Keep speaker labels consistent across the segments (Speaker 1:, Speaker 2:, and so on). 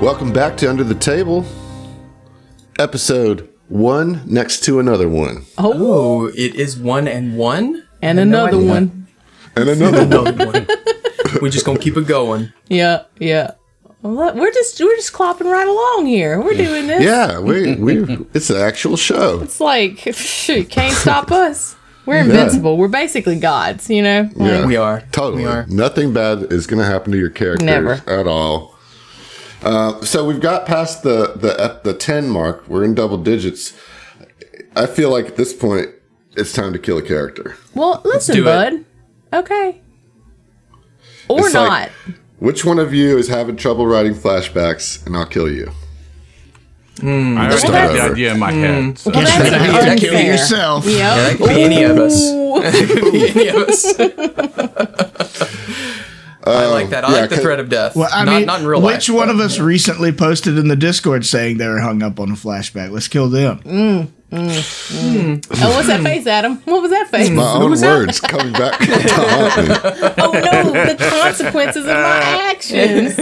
Speaker 1: Welcome back to Under the Table, episode one next to another one.
Speaker 2: Oh, it is one and one
Speaker 3: and another
Speaker 1: idea.
Speaker 3: one.
Speaker 1: And another one.
Speaker 2: another one. We're just gonna keep it going.
Speaker 3: Yeah, yeah. Well, look, we're just we're just clopping right along here. We're doing this.
Speaker 1: Yeah, we we it's an actual show.
Speaker 3: It's like shoot, can't stop us. We're invincible. We're basically gods, you know. Like,
Speaker 1: Yeah.
Speaker 2: We are
Speaker 1: Totally.
Speaker 2: We are.
Speaker 1: Nothing bad is going to happen to your characters
Speaker 3: Never.
Speaker 1: at all. Uh, so we've got past the the ep- the ten mark. We're in double digits. I feel like at this point it's time to kill a character.
Speaker 3: Well, listen,
Speaker 2: do it.
Speaker 3: bud. Okay. Or
Speaker 1: It's
Speaker 3: not.
Speaker 1: like- Which one of you is having trouble writing flashbacks, and I'll kill you.
Speaker 4: I already
Speaker 3: Well,
Speaker 4: had the
Speaker 1: that's-
Speaker 4: idea in my head. So.
Speaker 3: well, that's
Speaker 2: that could be
Speaker 3: unfair.
Speaker 5: yourself.
Speaker 3: Yep.
Speaker 2: That could be any of us.
Speaker 3: Ooh.
Speaker 2: Any of us. I like that. I
Speaker 1: yeah,
Speaker 2: like the
Speaker 1: ca-
Speaker 2: threat of death.
Speaker 5: Well, I
Speaker 2: not,
Speaker 5: mean,
Speaker 2: not in real
Speaker 5: which
Speaker 2: life.
Speaker 5: one of us recently posted in the Discord saying they were hung up on a flashback? Let's kill them.
Speaker 3: Mm. oh, what's that face, Adam? What was that face?
Speaker 1: My own words coming back to haunt me.
Speaker 3: oh no, the consequences of my actions.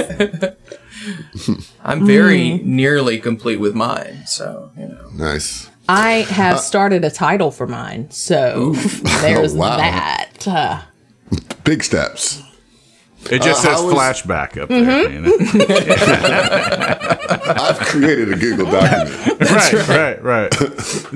Speaker 2: I'm very
Speaker 5: Hmm.
Speaker 2: nearly complete with mine, so you
Speaker 1: Mm.
Speaker 2: know.
Speaker 1: Nice.
Speaker 3: I
Speaker 1: Uh.
Speaker 3: have started a title for mine, so there's
Speaker 1: Oh, wow.
Speaker 3: that. Uh,
Speaker 1: Big steps.
Speaker 4: It just
Speaker 1: Uh,
Speaker 4: says
Speaker 1: how is-
Speaker 4: flashback up there. You know?
Speaker 1: I've created a Google document.
Speaker 4: right, right, right,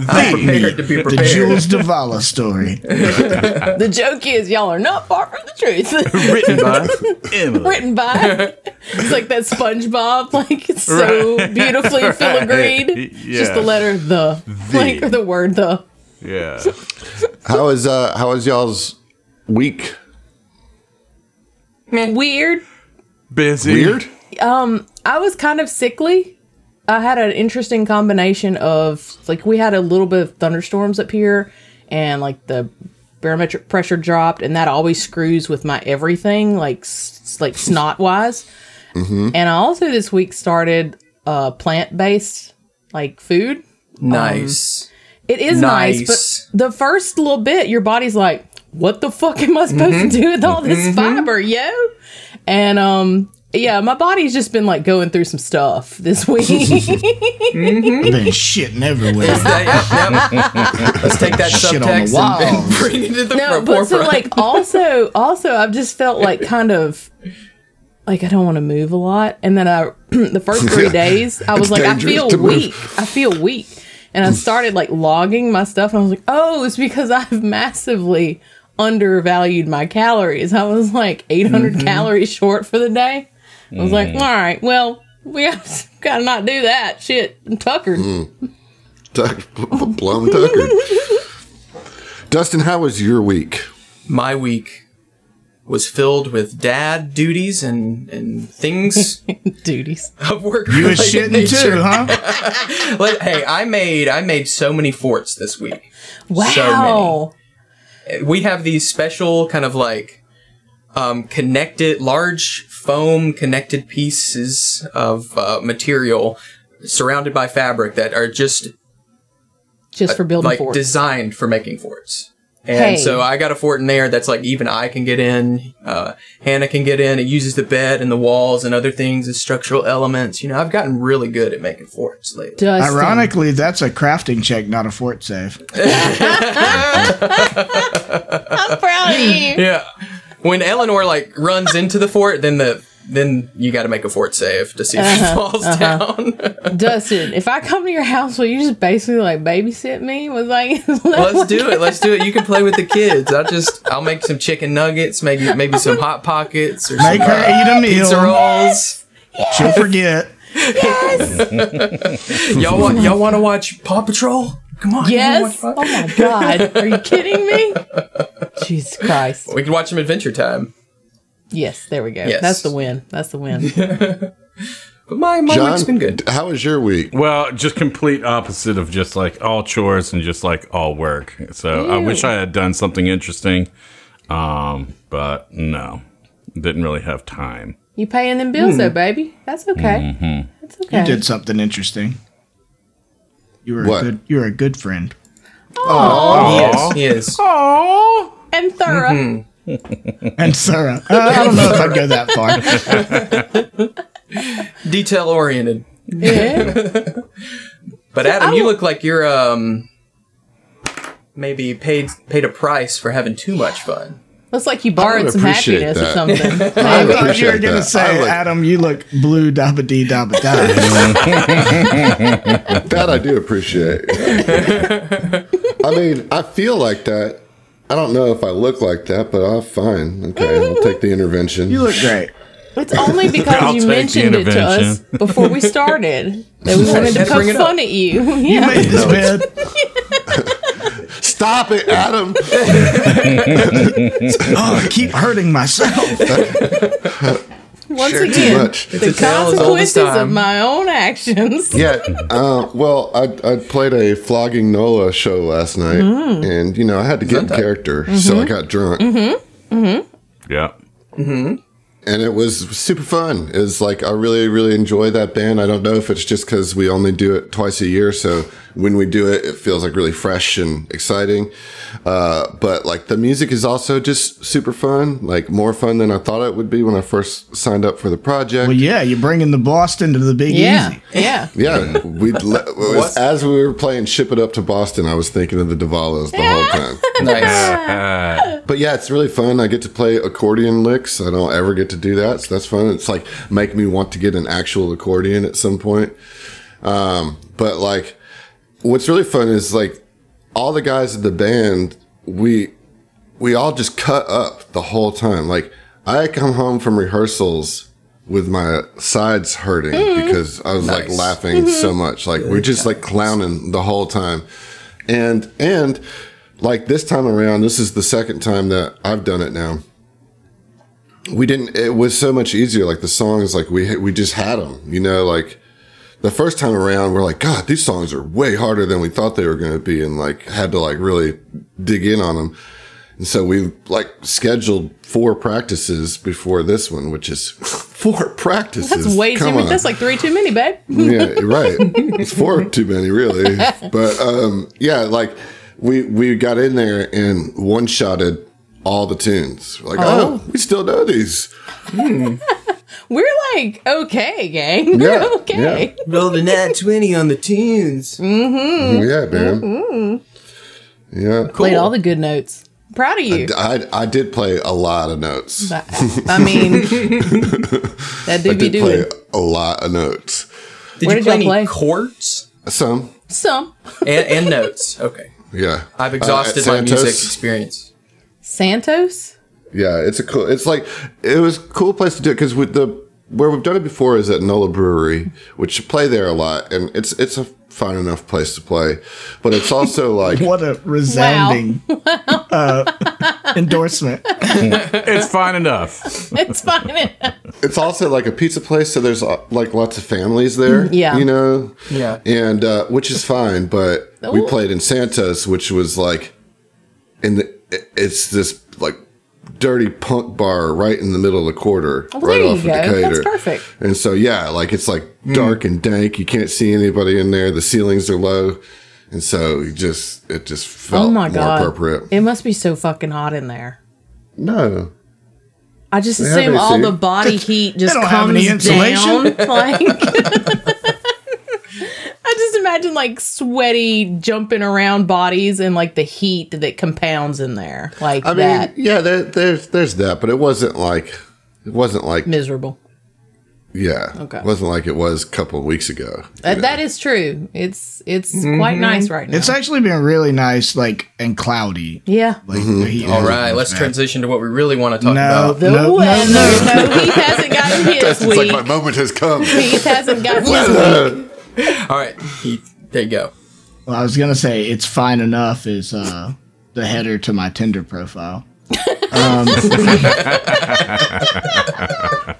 Speaker 2: I'm prepared to be
Speaker 5: The
Speaker 2: prepared.
Speaker 5: Jules Davala story.
Speaker 3: the joke is y'all are not far from the truth.
Speaker 4: Written by Emily.
Speaker 3: Written by it's like that SpongeBob, like it's so beautifully filigreed. It's Just the
Speaker 4: Yeah.
Speaker 3: letter the, like or the word the.
Speaker 4: Yeah.
Speaker 1: How is uh how is y'all's week?
Speaker 3: Weird.
Speaker 4: Busy.
Speaker 1: Weird?
Speaker 3: I was kind of sickly. I had an interesting combination of like we had a little bit of thunderstorms up here and like the barometric pressure dropped and that always screws with my everything like s- like snot wise. And I also this week started uh plant-based like food.
Speaker 2: nice.
Speaker 3: It is nice.
Speaker 2: Nice.
Speaker 3: but the first little bit, your body's like, "What the fuck am I supposed to do with all this fiber, yo?" And um, yeah, my body's just been like going through some stuff this week.
Speaker 5: I've been shitting everywhere.
Speaker 2: Yep. Let's take that
Speaker 5: Shit on the
Speaker 2: subtext
Speaker 5: wall.
Speaker 2: and, and bring it to the
Speaker 3: no,
Speaker 2: no,
Speaker 3: but
Speaker 2: forefront.
Speaker 3: so like also also I've just felt like kind of like I don't want to move a lot, and then I the first three
Speaker 1: Yeah.
Speaker 3: days I
Speaker 1: It's
Speaker 3: was like I
Speaker 1: dangerous
Speaker 3: feel
Speaker 1: to move.
Speaker 3: weak, I feel weak, and I started like logging my stuff, and I was like, oh, it's because I've massively undervalued my calories. I was like 800
Speaker 1: Mm-hmm.
Speaker 3: calories short for the day. I was like,
Speaker 1: Mm.
Speaker 3: all right, well. We gotta not do that shit. I'm tuckered.
Speaker 1: Mm. Tuck, blown Tucker. Dustin, how was your week?
Speaker 2: my week was filled with dad duties and and things
Speaker 3: Duties.
Speaker 2: of work.
Speaker 5: You was shitting too, huh?
Speaker 2: Like, hey, I made I made so many forts this week.
Speaker 3: Wow.
Speaker 2: We have these special kind of like um, connected large foam connected pieces of uh, material surrounded by fabric that are just
Speaker 3: Just
Speaker 1: Uh,
Speaker 3: for building
Speaker 2: like
Speaker 3: forts.
Speaker 2: designed for making forts. And
Speaker 3: Hey.
Speaker 2: so I got a fort in there that's like even I can get in, uh, Hannah can get in. It uses the bed and the walls and other things as structural elements. You know, I've gotten really good at making forts lately.
Speaker 3: Dustin.
Speaker 5: Ironically, that's a crafting check, not a fort save.
Speaker 3: I'm proud of you.
Speaker 2: Yeah. When Eleanor like runs into the fort, then the then you got to make a fort save to see if she falls down.
Speaker 3: Dustin, if I come to your house, will you just basically like babysit me? Was like,
Speaker 2: Let's do it. Let's do it. You can play with the kids. I'll just I'll make some chicken nuggets, maybe maybe some hot pockets or some uh,
Speaker 5: Make her eat a
Speaker 2: pizza
Speaker 5: meal.
Speaker 2: rolls.
Speaker 5: She'll forget.
Speaker 2: Y'all want y'all want to watch Paw Patrol? Come on. y'all wanna
Speaker 3: Yes.
Speaker 2: watch Paw-
Speaker 3: Oh my God. Are you kidding me? Jesus Christ.
Speaker 2: We can watch some Adventure Time.
Speaker 3: Yes. There we go.
Speaker 2: Yes.
Speaker 3: That's the win. That's the win.
Speaker 2: But my my week's been good.
Speaker 1: how was your week?
Speaker 4: Well, just complete opposite of just like all chores and just like all work. So I wish I had done something interesting, um, but no, didn't really have time.
Speaker 3: You paying them bills
Speaker 2: Hmm.
Speaker 3: though, baby. That's okay.
Speaker 2: Mm-hmm.
Speaker 3: That's okay.
Speaker 5: Did something interesting. You were
Speaker 1: What?
Speaker 5: a good. You were a good friend.
Speaker 1: Oh.
Speaker 2: Yes, yes.
Speaker 3: And thorough.
Speaker 5: And Sarah, I don't know if I'd go that far.
Speaker 2: detail oriented.
Speaker 3: Yeah.
Speaker 2: But Adam,
Speaker 3: I
Speaker 2: you
Speaker 3: will-
Speaker 2: look like you're um maybe paid paid a price for having too much fun.
Speaker 3: Looks like you
Speaker 1: I
Speaker 3: borrowed
Speaker 1: would
Speaker 3: some
Speaker 1: appreciate
Speaker 3: happiness
Speaker 1: that.
Speaker 3: or something.
Speaker 1: I
Speaker 5: I thought you were
Speaker 1: appreciate
Speaker 5: gonna
Speaker 1: that.
Speaker 5: say,
Speaker 1: I like-
Speaker 5: Adam, you look blue, dabba dee, dabba da.
Speaker 1: That I do appreciate. I mean, I feel like that. I don't know if I look like that, but I'm fine. Okay, I'll take the intervention.
Speaker 5: You look great.
Speaker 3: It's only
Speaker 4: I'll
Speaker 3: because
Speaker 4: take
Speaker 3: you
Speaker 4: the
Speaker 3: mentioned it to us
Speaker 4: intervention.
Speaker 3: before we started that we wanted to
Speaker 2: Had to bring
Speaker 3: poke
Speaker 2: it up.
Speaker 3: fun at you. Yeah.
Speaker 5: You made this bed.
Speaker 1: Stop it, Adam.
Speaker 5: Oh, I keep hurting myself.
Speaker 3: Once
Speaker 1: Share too
Speaker 3: again,
Speaker 1: much.
Speaker 3: the
Speaker 2: a tale as old as
Speaker 3: consequences of
Speaker 2: time.
Speaker 3: my own actions.
Speaker 1: Yeah. Uh, well, I, I played a flogging Nola show last night, and you know I had to get in
Speaker 2: Zonta.
Speaker 1: character, so I got drunk,
Speaker 4: yeah.
Speaker 1: and it was super fun. It's like I really, really enjoy that band. I don't know if it's just because we only do it twice a year, so when we do it, it feels like really fresh and exciting. Uh, but like the music is also just super fun, like more fun than I thought it would be when I first signed up for the project.
Speaker 5: Well, yeah, you're bringing the Boston to the Big
Speaker 3: Yeah.
Speaker 5: Easy.
Speaker 3: Yeah.
Speaker 1: Yeah, we le- it was-
Speaker 2: What?
Speaker 1: as we were playing "Ship It Up to Boston," I was thinking of the Davalos the whole time.
Speaker 2: Nice.
Speaker 1: But yeah, it's really fun. I get to play accordion licks. I don't ever get to do that, so that's fun. It's like make me want to get an actual accordion at some point. Um, but like, what's really fun is like all the guys in the band. We we all just cut up the whole time. Like I come home from rehearsals with my sides hurting because I was like
Speaker 2: Nice.
Speaker 1: laughing so much. Like we're just like clowning the whole time. And and like this time around, this is the second time that I've done it now. We didn't it was so much easier like the songs like we we just had them, you know, like the first time around, we're like, God, these songs are way harder than we thought they were going to be, and like had to like really dig in on them. And so we like scheduled four practices before this one, which is four practices.
Speaker 3: That's way too
Speaker 1: Come
Speaker 3: many.
Speaker 1: on.
Speaker 3: That's like three too many, babe.
Speaker 1: yeah, you're right. It's four too many, really. But um, yeah, like we we got in there and one shotted all the tunes. Like, oh. we still know these.
Speaker 3: We're like, okay, gang. We're
Speaker 1: Yeah,
Speaker 3: okay.
Speaker 2: Rolled a nat twenty on the tunes.
Speaker 3: Mm,
Speaker 1: Yeah, man.
Speaker 2: Mm-hmm.
Speaker 1: Yeah,
Speaker 3: Played all the good notes. Proud of you.
Speaker 1: I, I did play a lot of notes.
Speaker 3: I, I mean, that do
Speaker 1: I
Speaker 3: be
Speaker 1: did play
Speaker 3: doing
Speaker 1: a lot of notes.
Speaker 2: Did
Speaker 3: Where
Speaker 2: you
Speaker 3: did
Speaker 2: play
Speaker 3: y'all
Speaker 2: any
Speaker 3: play?
Speaker 2: chords
Speaker 1: Some,
Speaker 3: some
Speaker 2: and, and notes? Okay,
Speaker 1: yeah.
Speaker 2: I've
Speaker 1: Uh,
Speaker 2: exhausted my
Speaker 1: Santos,
Speaker 2: music experience.
Speaker 3: Santos.
Speaker 1: Yeah, it's a cool. It's like it was a cool place to do it because with the where we've done it before is at Nola Brewery, which you play there a lot, and it's it's a fine enough place to play, but it's also like
Speaker 5: What a resounding uh, endorsement.
Speaker 4: It's fine enough.
Speaker 3: It's fine.
Speaker 1: it's also like a pizza place, so there's uh, like lots of families there.
Speaker 3: Mm, Yeah.
Speaker 1: you know.
Speaker 2: Yeah.
Speaker 1: and uh, which is fine, but we
Speaker 3: Ooh.
Speaker 1: played in Santos, which was like, in the it- it's this like dirty punk bar right in the middle of the quarter,
Speaker 3: Well,
Speaker 1: right
Speaker 3: Oh, there
Speaker 1: off
Speaker 3: you
Speaker 1: of
Speaker 3: go.
Speaker 1: Decatur.
Speaker 3: That's perfect.
Speaker 1: And so yeah, like it's like dark and dank. You can't see anybody in there. The ceilings are low, and so you just it just felt
Speaker 3: Oh my
Speaker 1: more
Speaker 3: god.
Speaker 1: appropriate.
Speaker 3: It must be so fucking hot in there.
Speaker 1: no,
Speaker 3: I just
Speaker 1: have
Speaker 3: assume all
Speaker 1: AC.
Speaker 3: the body heat just
Speaker 5: don't
Speaker 3: comes
Speaker 5: have any
Speaker 3: down.
Speaker 5: insulation.
Speaker 3: Like, I just imagine like sweaty jumping around bodies and like the heat that compounds in there, like
Speaker 1: I mean
Speaker 3: that
Speaker 1: yeah, there, there's there's that, but it wasn't like it wasn't like
Speaker 3: miserable.
Speaker 1: yeah,
Speaker 3: Okay.
Speaker 1: it wasn't like it was a couple of weeks ago.
Speaker 3: That, that is true. It's it's
Speaker 1: Mm-hmm.
Speaker 3: quite nice right now.
Speaker 5: It's actually been really nice, like and cloudy.
Speaker 3: yeah.
Speaker 5: Like the heat
Speaker 2: Mm-hmm. All
Speaker 5: hasn't
Speaker 2: right,
Speaker 1: Oh,
Speaker 5: been
Speaker 2: let's
Speaker 5: bad.
Speaker 2: transition to what we really want to talk
Speaker 5: No,
Speaker 2: about.
Speaker 5: no, no,
Speaker 3: well,
Speaker 5: no,
Speaker 3: no, no, he hasn't gotten his
Speaker 1: It's like
Speaker 3: week.
Speaker 1: my moment has come.
Speaker 3: He hasn't gotten his week.
Speaker 1: Uh,
Speaker 2: All right, Heath, there you go.
Speaker 5: Well, I was gonna say it's fine enough is uh, the header to my Tinder profile. Um,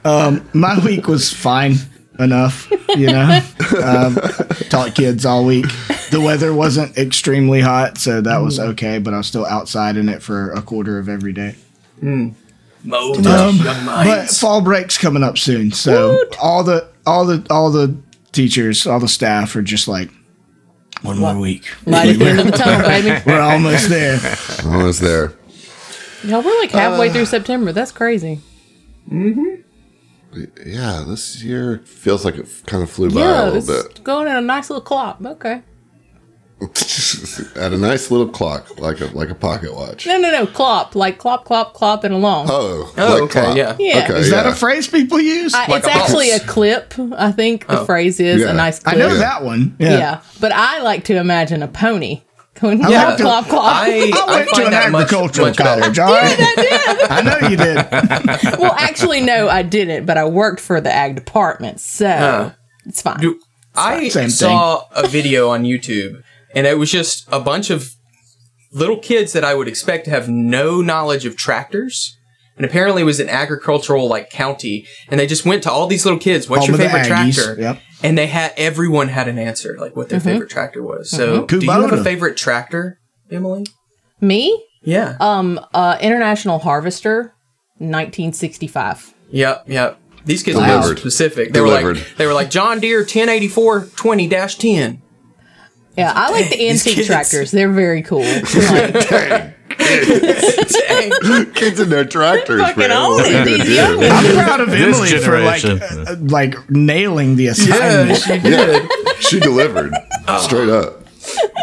Speaker 5: um, my week was fine enough, you know. Um, taught kids all week. The weather wasn't extremely hot, so that was
Speaker 2: Mm.
Speaker 5: okay. But I was still outside in it for a quarter of every day.
Speaker 2: Mo,
Speaker 5: Um,
Speaker 2: young
Speaker 5: But
Speaker 2: minds.
Speaker 5: fall break's coming up soon, so all the all the all the teachers, all the staff are just like one more week.
Speaker 3: Light at the end of the tunnel, baby.
Speaker 5: We're almost there.
Speaker 1: I was there. Uh,
Speaker 3: Y'all, we're like halfway through September. That's crazy.
Speaker 1: yeah, this year feels like it kind of flew by a
Speaker 3: yeah,
Speaker 1: little
Speaker 3: it's
Speaker 1: bit.
Speaker 3: going at a nice little clock. Okay.
Speaker 1: At a nice little clock, like a like a pocket watch.
Speaker 3: No, no, no. Clop. Like clop, clop, clop, and along.
Speaker 1: Oh,
Speaker 2: Oh,
Speaker 1: like
Speaker 2: okay,
Speaker 1: clock.
Speaker 2: yeah.
Speaker 3: Yeah.
Speaker 1: Okay,
Speaker 5: Is that
Speaker 1: yeah.
Speaker 5: a phrase people use?
Speaker 3: I,
Speaker 5: I,
Speaker 2: Like
Speaker 3: it's
Speaker 2: a box.
Speaker 3: actually a clip. I think the
Speaker 2: Oh.
Speaker 3: phrase is
Speaker 1: Yeah.
Speaker 3: a nice clip.
Speaker 5: know
Speaker 1: Yeah.
Speaker 5: that one.
Speaker 3: Yeah.
Speaker 5: Yeah.
Speaker 3: But I like to imagine a pony going
Speaker 5: Yeah.
Speaker 3: clop, clop, clop.
Speaker 2: I,
Speaker 5: I
Speaker 2: I
Speaker 5: went to
Speaker 2: find
Speaker 5: an
Speaker 2: that much,
Speaker 5: agricultural
Speaker 2: much better.
Speaker 5: college. All right. I know you did.
Speaker 3: well, actually, no, I didn't, but I worked for the ag department, so it's fine.
Speaker 2: Do- I
Speaker 5: Same thing.
Speaker 2: saw a video on YouTube, and it was just a bunch of little kids that I would expect to have no knowledge of tractors. And apparently, it was an agricultural like county, and they just went to all these little kids. What's
Speaker 5: Home
Speaker 2: your
Speaker 5: of the
Speaker 2: favorite
Speaker 5: Aggies,
Speaker 2: tractor?
Speaker 5: yep.
Speaker 2: And they had everyone had an answer, like what their favorite tractor was. So, do you have
Speaker 5: Kubota.
Speaker 2: a favorite tractor, Emily?
Speaker 3: Me?
Speaker 2: Yeah.
Speaker 3: Um, uh, International Harvester, 1965.
Speaker 2: Yep, yep. These kids were
Speaker 1: Delivered.
Speaker 2: specific. They were
Speaker 1: Delivered.
Speaker 2: like they were like John Deere 1084 20 10.
Speaker 3: Yeah, I like the
Speaker 2: These
Speaker 3: antique
Speaker 2: kids.
Speaker 3: tractors. They're very cool.
Speaker 1: Dang. Kids in their tractors,
Speaker 3: Fucking
Speaker 1: man.
Speaker 3: old
Speaker 1: What are you
Speaker 3: these
Speaker 1: gonna do?
Speaker 3: young ones.
Speaker 5: I'm proud of
Speaker 4: This
Speaker 5: Emily for like
Speaker 4: generation.
Speaker 5: uh, like nailing the
Speaker 2: Yeah,
Speaker 5: assignment.
Speaker 2: she
Speaker 1: Yeah,
Speaker 2: did.
Speaker 1: she delivered
Speaker 3: Oh.
Speaker 1: straight up.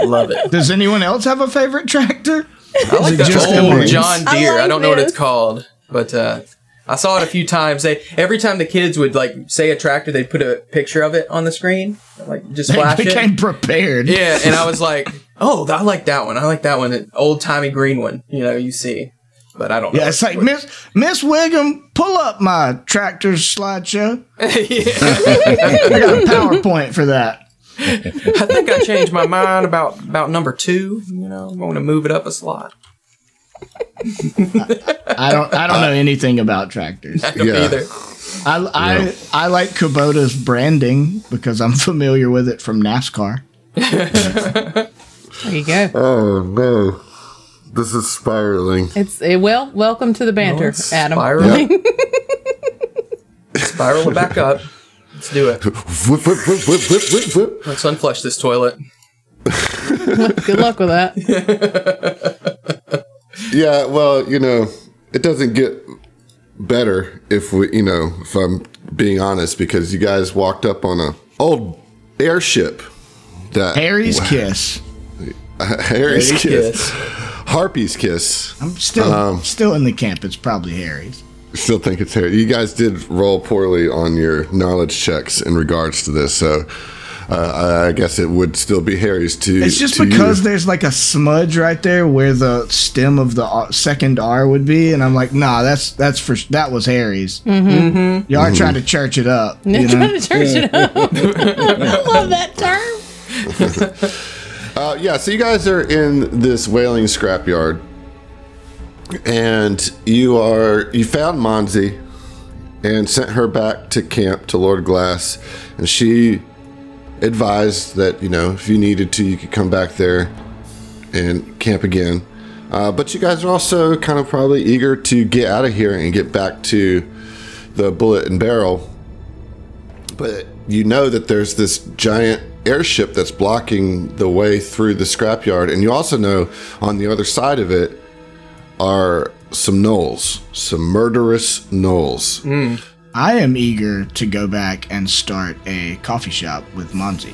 Speaker 2: Love it.
Speaker 5: Does anyone else have a favorite tractor?
Speaker 2: I like that
Speaker 5: just
Speaker 2: old
Speaker 5: Emily?
Speaker 2: John
Speaker 3: I
Speaker 2: Deere. I,
Speaker 3: like
Speaker 2: don't know what
Speaker 3: this.
Speaker 2: it's called, but uh, I saw it a few times. They every time the kids would like say a tractor, they'd put a picture of it on the screen, like just
Speaker 5: They
Speaker 2: flash
Speaker 5: became
Speaker 2: it.
Speaker 5: prepared.
Speaker 2: Yeah, and I was like, oh, I like that one. I like that one, an old timey green one. You know, you see, but I don't. know.
Speaker 5: Yeah, it's like
Speaker 2: what-
Speaker 5: Miss Miss Wiggum, pull up my tractor slideshow.
Speaker 2: Yeah.
Speaker 5: I got a PowerPoint for that.
Speaker 2: I think I changed my mind about about number two. You know, I'm going to move it up a slot.
Speaker 5: I don't I don't know anything about tractors.
Speaker 2: I don't
Speaker 1: Yeah.
Speaker 2: either.
Speaker 5: I I, I like Kubota's branding because I'm familiar with it from NASCAR.
Speaker 3: There you go.
Speaker 1: Oh no, this is spiraling.
Speaker 3: It's it, well, welcome to the banter, Adam.
Speaker 2: Spiral, spiral it back up. Let's do it.
Speaker 1: Whip, whip, whip, whip, whip, whip, whip.
Speaker 2: Let's unflush this toilet.
Speaker 3: Good luck with that.
Speaker 1: Yeah, well, you know, it doesn't get better if we, you know, if I'm being honest, because you guys walked up on a old airship that
Speaker 5: Harry's Kiss.
Speaker 1: Harry's
Speaker 2: Yes.
Speaker 1: kiss, Harpy's kiss.
Speaker 5: I'm still
Speaker 1: Um,
Speaker 5: still in the camp. It's probably Harry's.
Speaker 1: Still think it's Harry. You guys did roll poorly on your knowledge checks in regards to this, so uh, I guess it would still be Harry's to.
Speaker 5: It's just
Speaker 1: to you.
Speaker 5: because there's like a smudge right there where the stem of the R- second R would be, and I'm like, nah, that's that's for that was Harry's. Mm-hmm. Y'all are trying to church it up. you know?
Speaker 3: Trying to church it up. I love that term.
Speaker 1: Uh, yeah, so you guys are in this whaling scrapyard, and you are you found Monzi, and sent her back to camp to Lord Glass, and she advised that you know if you needed to, you could come back there and camp again. Uh, but you guys are also kind of probably eager to get out of here and get back to the bullet and barrel but you know that there's this giant airship that's blocking the way through the scrapyard, and you also know on the other side of it are some gnolls, some murderous gnolls.
Speaker 3: Mm.
Speaker 5: I am eager to go back and start a coffee shop with Monzi.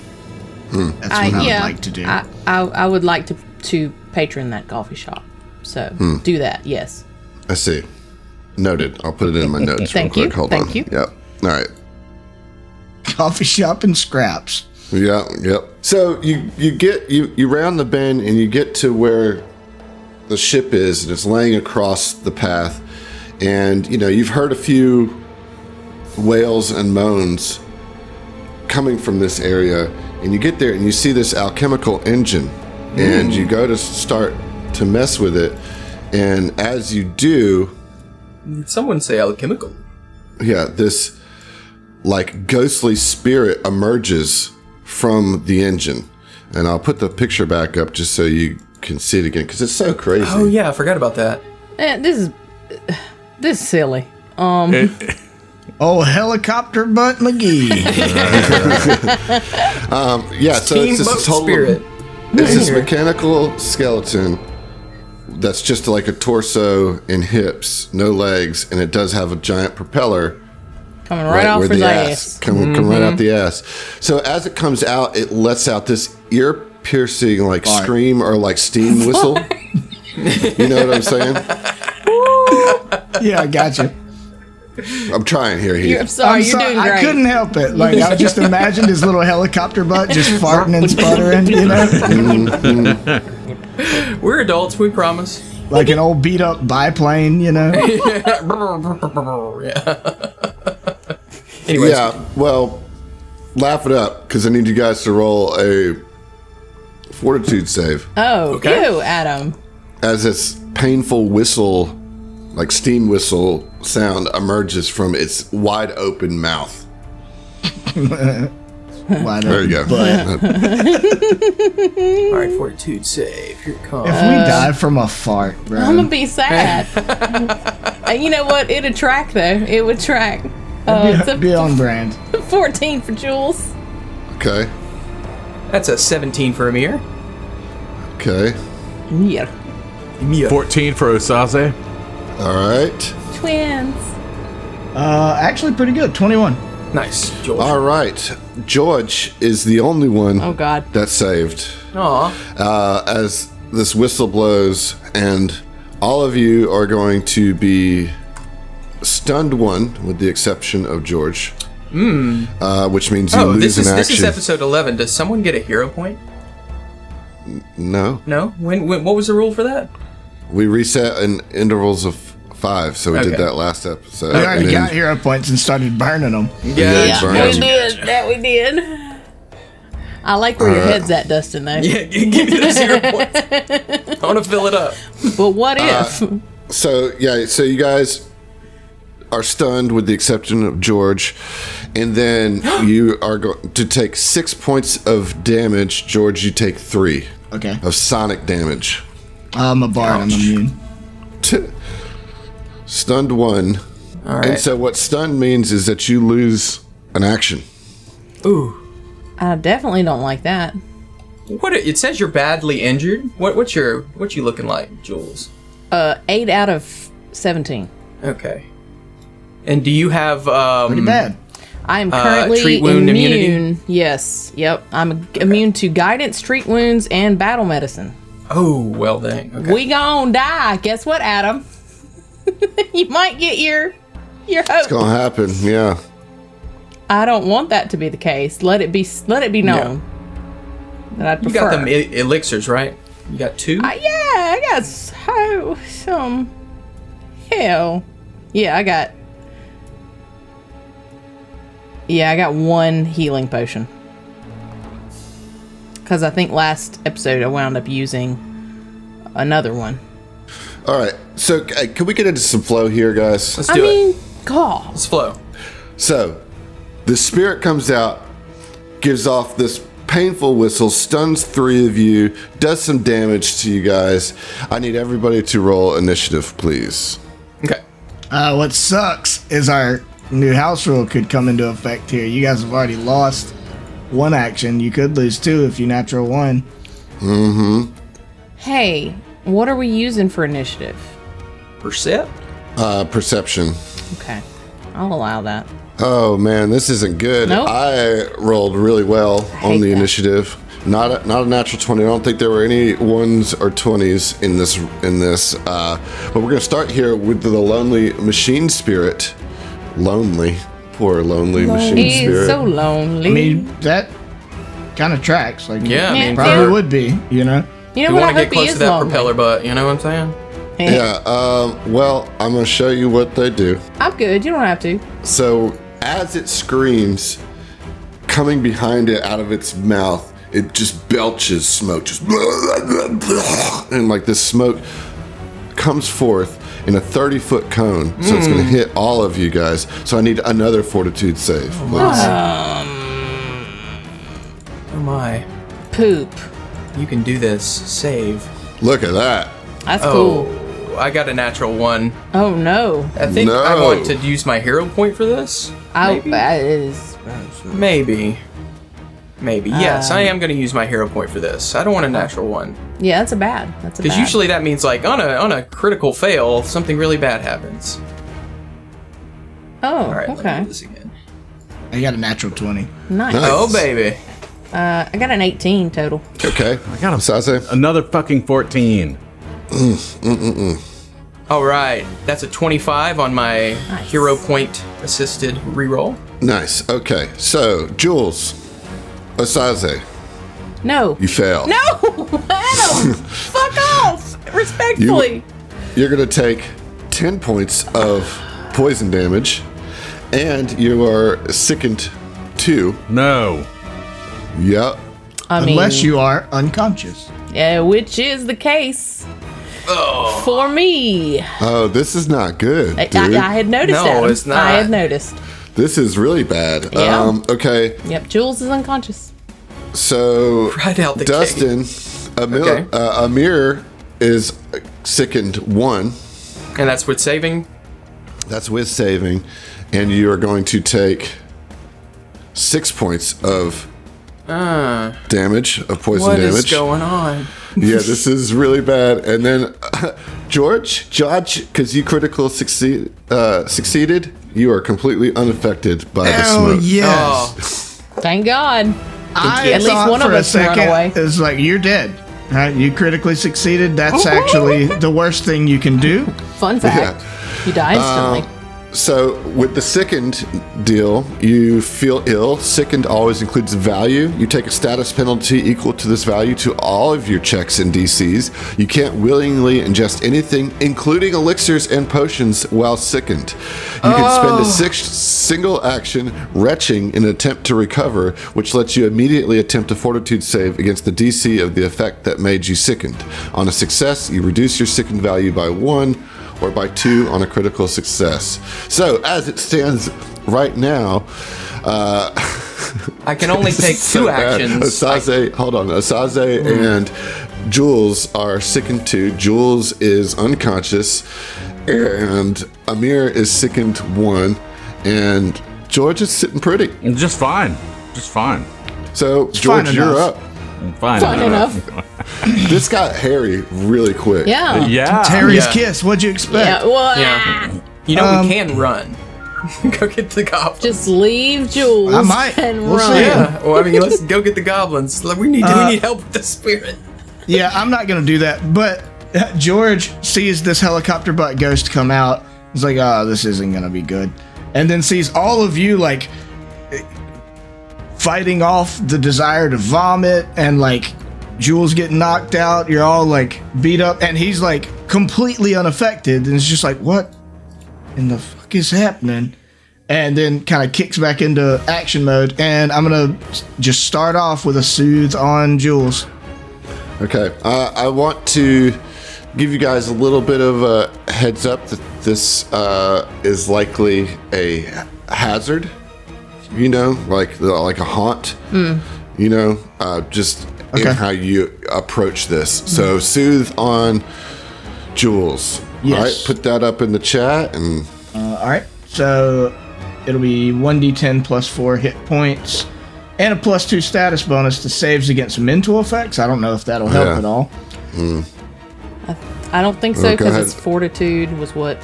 Speaker 1: Hmm.
Speaker 5: That's what I would like to do.
Speaker 3: I, I, I would like to to patron that coffee shop. So
Speaker 5: Hmm.
Speaker 3: do that. Yes.
Speaker 1: I see. Noted. I'll put it in my notes.
Speaker 3: Thank
Speaker 1: real
Speaker 3: you.
Speaker 1: quick. Hold
Speaker 3: Thank
Speaker 1: on.
Speaker 3: you.
Speaker 1: Yep. All right.
Speaker 5: coffee shop and scraps.
Speaker 1: Yeah, yep. So you you get you you round the bend and you get to where the ship is and it's laying across the path and you know, you've heard a few wails and moans coming from this area and you get there and you see this alchemical engine and you go to start to mess with it and as you do,
Speaker 2: Did someone say alchemical?
Speaker 1: yeah, this like ghostly spirit emerges from the engine. And I'll put the picture back up just so you can see it again because it's so crazy.
Speaker 2: Oh yeah, I forgot about that.
Speaker 3: Eh, this is this is silly.
Speaker 4: It-
Speaker 5: Oh, helicopter butt McGee.
Speaker 1: yeah, so it's
Speaker 2: Steamboat
Speaker 1: this total,
Speaker 2: spirit.
Speaker 1: It's this
Speaker 2: Here.
Speaker 1: mechanical skeleton that's just like a torso and hips, no legs, and it does have a giant propeller
Speaker 3: Coming right, off
Speaker 1: where
Speaker 3: his
Speaker 1: the
Speaker 3: ass. Mm-hmm.
Speaker 1: Come, come right out the ass. So as it comes out, it lets out this ear piercing like
Speaker 5: Fart.
Speaker 1: scream or like steam whistle. you know what I'm saying?
Speaker 5: Yeah, I got you.
Speaker 1: I'm trying here, Heath.
Speaker 3: You're, I'm sorry,
Speaker 5: I'm
Speaker 3: you're
Speaker 5: sorry,
Speaker 3: doing great.
Speaker 5: I couldn't help it. Like I just imagined his little helicopter butt just farting and sputtering, you know,
Speaker 2: We're adults, we promise.
Speaker 5: like an old beat up biplane, you know.
Speaker 2: yeah. Anyways,
Speaker 1: Yeah, well, laugh it up because I need you guys to roll a fortitude save
Speaker 3: Oh,
Speaker 2: Okay.
Speaker 3: ew, Adam.
Speaker 1: as this painful whistle, like steam whistle sound, emerges from its wide open mouth.
Speaker 5: Why not?
Speaker 1: There you go.
Speaker 2: all right, fortitude save. Here it comes.
Speaker 5: If we die from a fart, bro,
Speaker 3: Uh, I'm gonna be sad. and you know what? It'd track though. It would track. Uh, it's a
Speaker 5: be on brand.
Speaker 3: 14 for Jules.
Speaker 1: okay,
Speaker 2: That's a 17 for Amir.
Speaker 1: okay,
Speaker 3: Yeah.
Speaker 2: Amir.
Speaker 4: 14 for Osase.
Speaker 1: all right,
Speaker 3: Twins.
Speaker 5: Uh, actually, pretty good. Twenty-one.
Speaker 2: nice, George.
Speaker 1: all right. George is the only one
Speaker 3: Oh God.
Speaker 1: that saved.
Speaker 2: Aw.
Speaker 1: uh, as this whistle blows, and all of you are going to be stunned one, with the exception of George. Uh, which means you
Speaker 2: Hmm. Oh,
Speaker 1: lose
Speaker 2: this is
Speaker 1: an
Speaker 2: this
Speaker 1: action.
Speaker 2: is episode 11. Does someone get a hero point?
Speaker 1: no,
Speaker 2: No. When, when what was the rule for that?
Speaker 1: we reset in intervals of five, so we did
Speaker 2: Okay.
Speaker 1: that last episode.
Speaker 5: We already
Speaker 1: and
Speaker 5: got
Speaker 1: then-
Speaker 5: hero points and started burning them.
Speaker 1: Yeah,
Speaker 2: Yeah.
Speaker 1: burn.
Speaker 3: we did. That we did. I like where your head's at, Dustin. Though.
Speaker 2: Uh, Yeah, g- give me those hero points. I want to fill it up.
Speaker 3: But what
Speaker 2: Uh,
Speaker 3: if?
Speaker 1: So yeah, so you guys are stunned with the exception of George, and then you are going to take six points of damage. George, you take three
Speaker 5: Okay,
Speaker 1: of sonic damage.
Speaker 5: I'm a bard. I'm immune.
Speaker 1: stunned one.
Speaker 2: All
Speaker 1: And
Speaker 2: right.
Speaker 1: so what stunned means is that you lose an action.
Speaker 2: Ooh.
Speaker 3: I definitely don't like that.
Speaker 2: What it says you're badly injured. What what's your what you looking like, Jules?
Speaker 3: Uh, eight out of seventeen.
Speaker 2: Okay. And do you have um
Speaker 1: Mm.
Speaker 5: Pretty bad.
Speaker 3: I am currently
Speaker 2: Uh, treat wound
Speaker 3: immune.
Speaker 2: immunity?
Speaker 3: Yes. Yep. I'm immune to guidance, treat wounds, and battle medicine.
Speaker 2: Oh, well dang. Okay.
Speaker 3: We gon' die. Guess what, Adam? you might get your your hope.
Speaker 1: Gonna happen, yeah.
Speaker 3: I don't want that to be the case. Let it be. Let it be known that I prefer.
Speaker 2: You got them e- elixirs, right? You got two?
Speaker 3: Uh, yeah, I got so some hell. Yeah, I got. Yeah, I got one healing potion. Because I think last episode I wound up using another one.
Speaker 1: All right. So uh, can we get into some flow here, guys?
Speaker 2: Let's do
Speaker 3: I
Speaker 2: it.
Speaker 3: mean, God.
Speaker 2: Let's flow.
Speaker 1: So the spirit comes out, gives off this painful whistle, stuns three of you, does some damage to you guys. I need everybody to roll initiative, please.
Speaker 2: Okay.
Speaker 5: Uh, what sucks is our new house rule could come into effect here. You guys have already lost one action. You could lose two if you natural one.
Speaker 3: Hey, what are we using for initiative?
Speaker 2: Percept?
Speaker 1: Uh, perception.
Speaker 3: Okay, I'll allow that.
Speaker 1: Oh man, this isn't good.
Speaker 3: Nope.
Speaker 1: I rolled really well on
Speaker 3: hate
Speaker 1: the
Speaker 3: that.
Speaker 1: initiative. Not a, not a natural twenty. I don't think there were any ones or twenties in this in this. Uh, but we're gonna start here with the lonely machine spirit. Lonely, poor lonely machine
Speaker 3: He's
Speaker 1: spirit.
Speaker 3: so lonely.
Speaker 5: I mean, that kind of tracks. Like,
Speaker 2: Yeah, I
Speaker 3: Yeah.
Speaker 2: mean,
Speaker 5: probably would be. You know,
Speaker 3: you know
Speaker 2: we
Speaker 3: what?
Speaker 2: want
Speaker 3: I
Speaker 2: to get
Speaker 3: hope he
Speaker 2: close to
Speaker 3: is
Speaker 2: that
Speaker 3: lonely.
Speaker 2: propeller butt, you know what I'm saying?
Speaker 1: yeah. Um, well, I'm gonna show you what they do.
Speaker 3: I'm good. You don't have to.
Speaker 1: So as it screams, coming behind it out of its mouth, it just belches smoke, just and like this smoke comes forth in a 30 foot cone. So it's gonna hit all of you guys. So I need another fortitude save. please.
Speaker 2: Oh my.
Speaker 3: Poop.
Speaker 2: You can do this. Save.
Speaker 1: Look at that.
Speaker 3: That's
Speaker 2: Oh.
Speaker 3: cool.
Speaker 2: I got a natural one.
Speaker 3: Oh no.
Speaker 2: I think I
Speaker 1: No.
Speaker 2: want to use my hero point for this.
Speaker 3: I,
Speaker 2: Maybe.
Speaker 3: I Oh, is
Speaker 2: Maybe. Maybe. yes,
Speaker 3: Um,
Speaker 2: I am going to use my hero point for this. I don't want a natural one.
Speaker 3: yeah, that's a bad. That's a
Speaker 2: Because
Speaker 3: bad.
Speaker 2: usually that means, like, on a, on a critical fail, something really bad happens.
Speaker 3: Oh,
Speaker 2: All right, let me
Speaker 3: okay.
Speaker 2: do this again.
Speaker 5: I got a natural 20.
Speaker 3: Nice.
Speaker 1: Nice.
Speaker 2: Oh baby,
Speaker 3: Uh, I got an 18 total.
Speaker 1: Okay. I got him. Sase.
Speaker 4: Another fucking 14.
Speaker 2: all right, that's a twenty-five on my hero point assisted reroll.
Speaker 1: Nice. Okay. So, Jules, Osaze,
Speaker 3: No.
Speaker 1: you fail.
Speaker 3: no! Adam! fuck off! Respectfully.
Speaker 1: You're going to take 10 points of poison damage, and you are sickened two.
Speaker 4: No.
Speaker 1: Yep.
Speaker 3: I mean,
Speaker 5: Unless you are unconscious.
Speaker 3: Yeah, which is the case for me. I,
Speaker 1: Oh, this is not good.
Speaker 3: I,
Speaker 1: Dude.
Speaker 3: I had noticed
Speaker 2: No,
Speaker 3: Adam.
Speaker 2: it's not.
Speaker 3: I had noticed.
Speaker 1: this is really bad.
Speaker 3: Yeah.
Speaker 1: Um, okay.
Speaker 3: Yep, Jules is unconscious.
Speaker 1: So,
Speaker 2: Right out the gate.
Speaker 1: Dustin, Amir,
Speaker 2: Okay.
Speaker 1: uh, Amir is sickened one.
Speaker 2: And that's with saving.
Speaker 1: That's with saving, and you are going to take six points of damage of poison
Speaker 2: Uh. What is
Speaker 1: damage.
Speaker 2: going on?
Speaker 1: yeah, this is really bad. And then George, George, because you critical succeed uh, succeeded, you are completely unaffected by the
Speaker 5: Hell
Speaker 1: smoke.
Speaker 5: yes.
Speaker 2: Oh,
Speaker 3: Thank God.
Speaker 5: I
Speaker 3: At least
Speaker 5: thought
Speaker 3: one
Speaker 5: for
Speaker 3: of
Speaker 5: a
Speaker 3: us ran
Speaker 5: second,
Speaker 3: away.
Speaker 5: It's like, you're dead. Uh, you critically succeeded. That's actually the worst thing you can do.
Speaker 3: Fun fact. You die
Speaker 5: Um,
Speaker 3: instantly.
Speaker 1: So with the sickened deal, you feel ill. Sickened always includes value. You take a status penalty equal to this value to all of your checks and DCs. You can't willingly ingest anything, including elixirs and potions, while sickened. You can spend a six single action retching in an attempt to recover, which lets you immediately attempt a fortitude save against the DC of the effect that made you sickened. On a success, you reduce your sickened value by one or by two on a critical success. So, as it stands right now, uh,
Speaker 2: I can only take two
Speaker 1: so bad.
Speaker 2: actions. Mm.
Speaker 1: Osaze, hold on, Osaze and Jules are sickened two. Jules is unconscious, and Amir is sickened one, and George is sitting pretty.
Speaker 4: Just fine. Just fine.
Speaker 1: So,
Speaker 5: fine
Speaker 1: George, you're
Speaker 5: enough.
Speaker 1: up.
Speaker 4: I'm fine.
Speaker 3: Fun enough.
Speaker 1: This got hairy really quick.
Speaker 3: Yeah.
Speaker 4: Yeah.
Speaker 5: Terry's
Speaker 2: Yeah.
Speaker 5: kiss. What'd you expect?
Speaker 3: Yeah, well,
Speaker 2: Yeah.
Speaker 3: ah,
Speaker 2: You know
Speaker 5: Um,
Speaker 2: we can run. go get the goblins.
Speaker 3: just leave Jules
Speaker 5: I might.
Speaker 3: and
Speaker 5: We'll
Speaker 3: run.
Speaker 5: see.
Speaker 2: yeah. Well, I mean, let's go get the goblins. Like, we need we need help with the spirit.
Speaker 5: Yeah, I'm not gonna do that. But George sees this helicopter butt ghost come out. He's like, "Oh, this isn't gonna be good," and then sees all of you like fighting off the desire to vomit, and like Jules getting knocked out. You're all like beat up, and he's like completely unaffected, and it's just like, "What in the fuck is happening?" And then kind of kicks back into action mode, and I'm gonna just start off with a soothe on Jules.
Speaker 1: Okay, uh, I want to give you guys a little bit of a heads up that this uh, is likely a hazard. You know, like like a haunt.
Speaker 3: Hmm.
Speaker 1: You know, uh, just in
Speaker 5: Okay.
Speaker 1: how you approach this.
Speaker 3: Hmm.
Speaker 1: So soothe on Jules.
Speaker 5: Yes.
Speaker 1: All right, put that up in the chat and
Speaker 5: All right. So it'll be 1d10 plus 4 hit points and a plus 2 status bonus to saves against mental effects. I don't know if that'll help
Speaker 1: Yeah.
Speaker 5: at all.
Speaker 3: I don't think so
Speaker 1: Oh, go
Speaker 3: because
Speaker 1: ahead.
Speaker 3: its fortitude was what?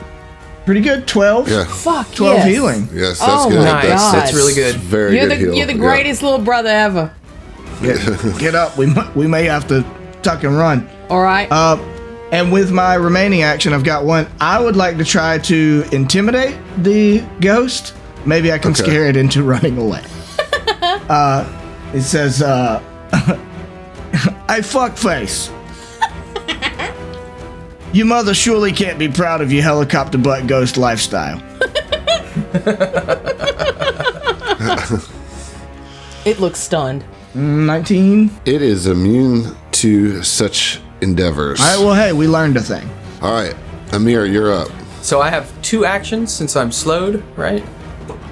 Speaker 5: Pretty good. 12.
Speaker 1: yeah.
Speaker 3: Fuck
Speaker 5: 12
Speaker 3: yes.
Speaker 5: healing.
Speaker 1: Yes, that's
Speaker 3: Oh
Speaker 1: good.
Speaker 3: my
Speaker 1: that's,
Speaker 3: God.
Speaker 2: That's really good.
Speaker 1: Very
Speaker 3: You're
Speaker 1: good
Speaker 3: the,
Speaker 1: heal.
Speaker 3: you're the
Speaker 1: Yeah.
Speaker 3: greatest little brother ever.
Speaker 5: Get, get up. We, mu- we may have to tuck and run.
Speaker 3: All right.
Speaker 5: Uh, and with my remaining action, I've got one. I would like to try to intimidate the ghost. Maybe I can
Speaker 1: Okay.
Speaker 5: scare it into running away. uh, it says, uh, "I fuck face. Your mother surely can't be proud of your helicopter butt ghost lifestyle."
Speaker 3: it looks stunned.
Speaker 5: Nineteen.
Speaker 1: It is immune to such endeavors.
Speaker 5: All right. Well, hey, we learned a thing.
Speaker 1: All right, Amir, you're up.
Speaker 2: So I have two actions since I'm slowed, right?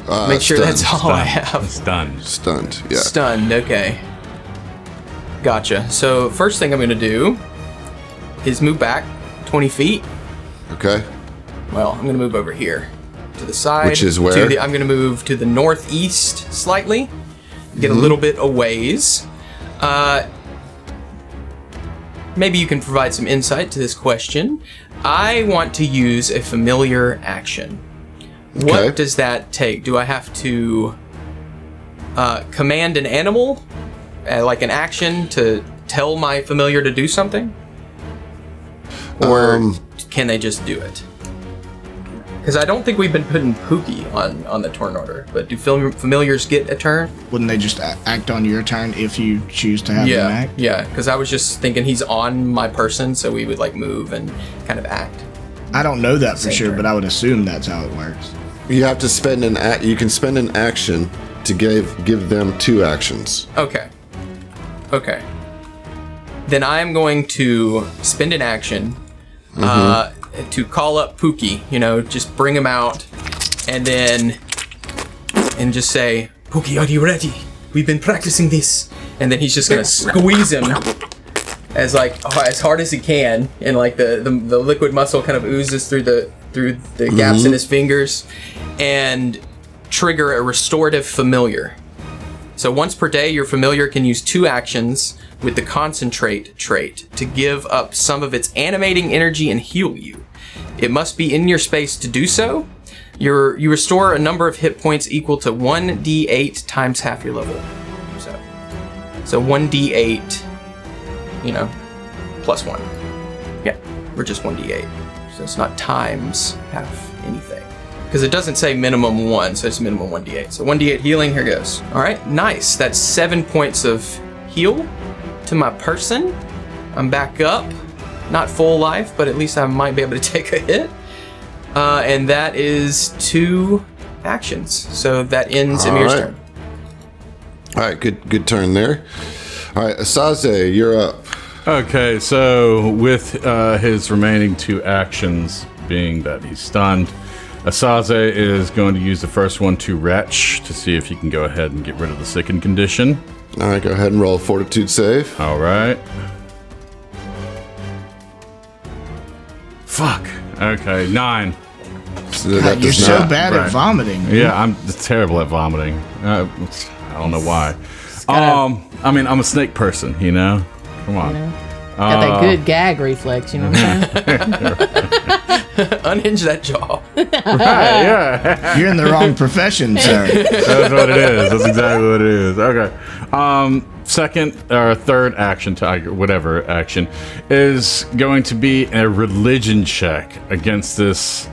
Speaker 1: Uh,
Speaker 2: Make sure
Speaker 1: stunned.
Speaker 2: that's all I have.
Speaker 4: Stunned.
Speaker 1: stunned. Yeah.
Speaker 2: Stunned. Okay. Gotcha. So first thing I'm gonna do is move back 20 feet.
Speaker 1: okay.
Speaker 2: Well, I'm gonna move over here to the side.
Speaker 1: Which is
Speaker 2: to
Speaker 1: where?
Speaker 2: the- I'm gonna move to the northeast slightly, get
Speaker 1: Mm-hmm.
Speaker 2: a little bit a ways. Uh, maybe you can provide some insight to this question. I want to use a familiar action. What
Speaker 1: Okay.
Speaker 2: does that take? Do I have to uh, command an animal, uh, like an action, to tell my familiar to do something? Or
Speaker 1: Um,
Speaker 2: can they just do it? Because I don't think we've been putting Pookie on, on the turn order, but do fam- familiars get a turn?
Speaker 5: Wouldn't they just a- act on your turn if you choose to have
Speaker 2: yeah,
Speaker 5: them act?
Speaker 2: yeah. Because I was just thinking he's on my person, so we would like move and kind of act.
Speaker 5: I don't know that for
Speaker 2: Same
Speaker 5: sure,
Speaker 2: turn.
Speaker 5: but I would assume that's how it works.
Speaker 1: You have to spend an act. You can spend an action to give give them two actions.
Speaker 2: Okay. Okay. Then I am going to spend an action uh, to call up Pookie. You know, just bring him out, and then and just say, "Pookie, are you ready? We've been practicing this." And then he's just gonna squeeze him as like oh, as hard as he can, and like the, the the liquid muscle kind of oozes through the through the gaps in his fingers, and trigger a restorative familiar. So once per day, your familiar can use two actions with the concentrate trait to give up some of its animating energy and heal you. It must be in your space to do so. Your, you restore a number of hit points equal to 1d8 times half your level. So, so 1d8, you know, plus 1. Yeah, we're just 1d8. So it's not times half anything. Because it doesn't say minimum 1, so it's minimum 1d8. So 1d8 healing, here goes. All right, nice. That's 7 points of heal to my person. I'm back up. Not full life, but at least I might be able to take a hit. Uh, and that is two actions. So that ends
Speaker 1: All
Speaker 2: Amir's
Speaker 1: right.
Speaker 2: turn.
Speaker 1: All right, good good turn there. All right, Asaze, you're up.
Speaker 4: Okay, so with uh, his remaining two actions being that he's stunned, Asaze is going to use the first one to retch to see if he can go ahead and get rid of the sickened condition.
Speaker 1: All right, go ahead and roll a fortitude save.
Speaker 4: All right. Fuck. Okay, nine.
Speaker 1: So that
Speaker 5: You're
Speaker 1: does
Speaker 5: so
Speaker 1: not-
Speaker 5: bad
Speaker 4: right.
Speaker 5: at vomiting.
Speaker 4: Yeah, I'm terrible at vomiting. Uh, I don't know why.
Speaker 3: gotta-
Speaker 4: Um, I mean, I'm a snake person, you know. Come on.
Speaker 3: Got
Speaker 4: uh,
Speaker 3: that good gag reflex, you know what I'm saying?
Speaker 2: Unhinge that jaw.
Speaker 4: Right, yeah.
Speaker 5: You're in the wrong profession, sir.
Speaker 4: That's what it is. That's exactly what it is. Okay. Um, second or third action, tiger, whatever action, is going to be a religion check against this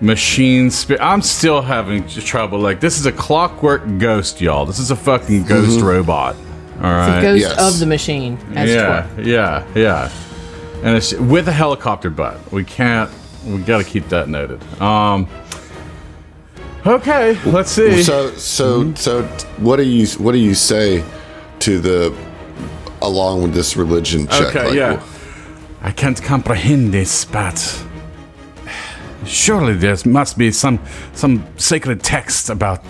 Speaker 4: machine spirit. I'm still having j- trouble. Like this is a clockwork ghost, y'all. This is a fucking ghost robot. All right.
Speaker 3: The ghost
Speaker 1: yes.
Speaker 3: of the machine. As it
Speaker 4: yeah.
Speaker 3: were.
Speaker 4: Yeah. Yeah. And it's with a helicopter butt. We can't. We got to keep that noted. Um. Okay. Let's see.
Speaker 1: So so so
Speaker 5: Mm-hmm.
Speaker 1: what do you what do you say to the along with this religion check?
Speaker 4: Okay,
Speaker 1: Like,
Speaker 4: yeah. I can't comprehend this, but surely there must be some some sacred text about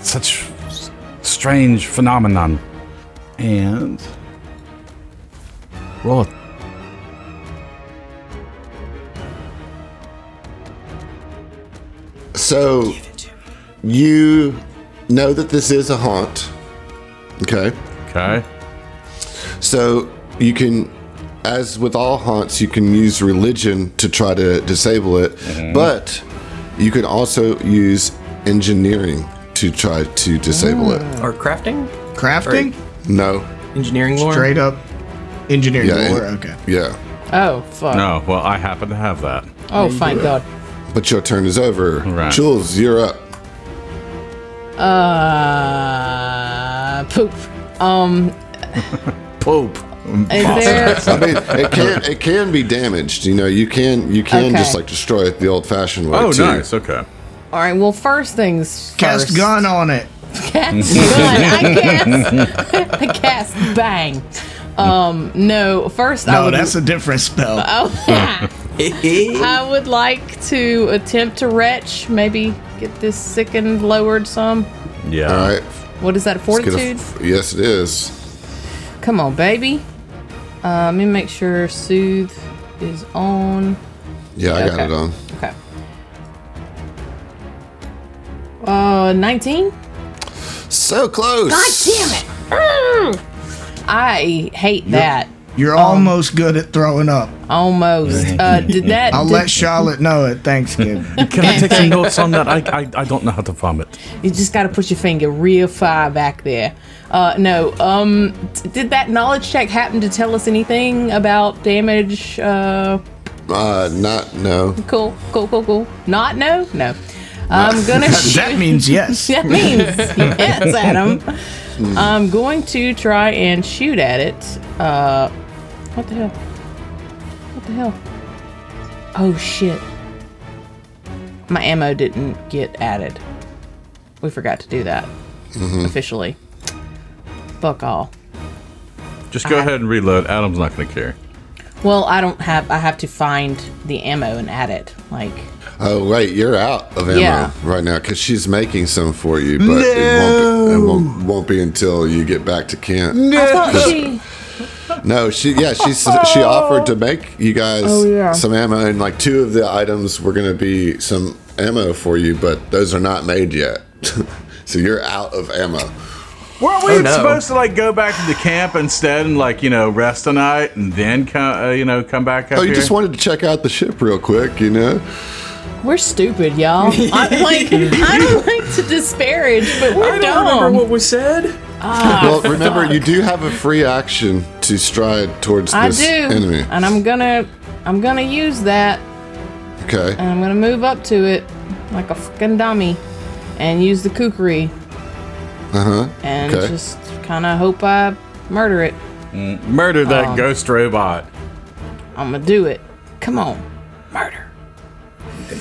Speaker 4: such s- strange phenomenon. And roll it.
Speaker 1: So you know that this is a haunt. Okay.
Speaker 4: Okay.
Speaker 1: So you can, as with all haunts, you can use religion to try to disable it,
Speaker 4: Mm-hmm.
Speaker 1: but you can also use engineering to try to disable
Speaker 4: Mm.
Speaker 1: it.
Speaker 2: or crafting?
Speaker 5: Crafting?
Speaker 1: No.
Speaker 2: Engineering lore?
Speaker 5: Straight up engineering
Speaker 1: Yeah,
Speaker 5: lore?
Speaker 1: en-
Speaker 5: okay.
Speaker 1: Yeah.
Speaker 3: Oh, fuck.
Speaker 4: No, well, I happen to have that.
Speaker 3: Oh, thank God.
Speaker 1: But your turn is over.
Speaker 4: Right.
Speaker 1: Jules, you're up.
Speaker 3: Uh, poop. Um,
Speaker 4: Pope.
Speaker 3: is there.
Speaker 1: I mean, it can it can be damaged. You know, you can you can just
Speaker 3: Okay.
Speaker 1: like destroy it the old-fashioned way.
Speaker 4: Oh,
Speaker 1: too.
Speaker 4: nice. Okay.
Speaker 3: All right, well, first things first.
Speaker 5: Cast gun on it.
Speaker 3: Cast gun. I cast. I cast bang. Um, no, first I
Speaker 5: No,
Speaker 3: would.
Speaker 5: that's a different spell.
Speaker 3: I would like to attempt to retch, maybe get this sickened lowered some.
Speaker 4: Yeah.
Speaker 1: All right.
Speaker 3: What is that,
Speaker 1: Get a-
Speaker 3: fortitude?
Speaker 1: yes, it is.
Speaker 3: Come on, baby. Uh, let me make sure soothe is on.
Speaker 1: Yeah, I got
Speaker 3: Okay.
Speaker 1: it on.
Speaker 3: Okay. Uh, 19?
Speaker 1: So close.
Speaker 3: I hate that.
Speaker 5: You're almost good at throwing up.
Speaker 3: Almost. Uh, did that?
Speaker 5: I'll
Speaker 3: did-
Speaker 5: let Charlotte know at Thanksgiving.
Speaker 4: Can I take some notes on that? I, I, I don't know how to vomit.
Speaker 3: You just got to put your finger real far back there. Uh, no. Um, t- did that knowledge check happen to tell us anything about damage? Uh,
Speaker 1: Uh, not no.
Speaker 3: cool, cool, cool, cool. Not no, no. I'm gonna shoot.
Speaker 5: that means yes.
Speaker 3: That means yes, Adam. I'm going to try and shoot at it. Uh, what the hell? What the hell? Oh shit! My ammo didn't get added. We forgot to do that officially. Fuck all.
Speaker 4: Just
Speaker 5: Uh,
Speaker 4: go ahead and reload. Adam's not going to care.
Speaker 3: Well, I don't have. I have to find the ammo and add it. Like,
Speaker 1: Oh wait, you're out of ammo
Speaker 3: Yeah.
Speaker 1: right now because she's making some for you, but it, won't be, it won't, won't be until you get back to Kent. No,
Speaker 3: I thought she.
Speaker 1: she yeah she s- she offered to make you guys some ammo, and like two of the items were gonna be some ammo for you, but those are not made yet, so you're out of ammo.
Speaker 4: Weren't we
Speaker 2: Oh, no.
Speaker 4: supposed to like go back to the camp instead and like you know rest a night and then come uh, you know come back up
Speaker 1: Oh, you
Speaker 4: here?
Speaker 1: just wanted to check out the ship real quick, you know?
Speaker 3: We're stupid, y'all. I'm like, I don't like to disparage, but we're
Speaker 2: I
Speaker 3: dumb.
Speaker 2: don't remember what was said.
Speaker 1: well, remember you do have a free action to stride towards
Speaker 3: I
Speaker 1: this
Speaker 3: do,
Speaker 1: enemy.
Speaker 3: and I'm gonna, I'm gonna use that,
Speaker 1: Okay.
Speaker 3: and I'm gonna move up to it like a fucking dummy, and use the kukri,
Speaker 1: Uh huh.
Speaker 3: and
Speaker 1: Okay.
Speaker 3: just kind of hope I murder it.
Speaker 4: murder that
Speaker 5: Um,
Speaker 4: ghost robot.
Speaker 3: I'm gonna do it. Come on, murder.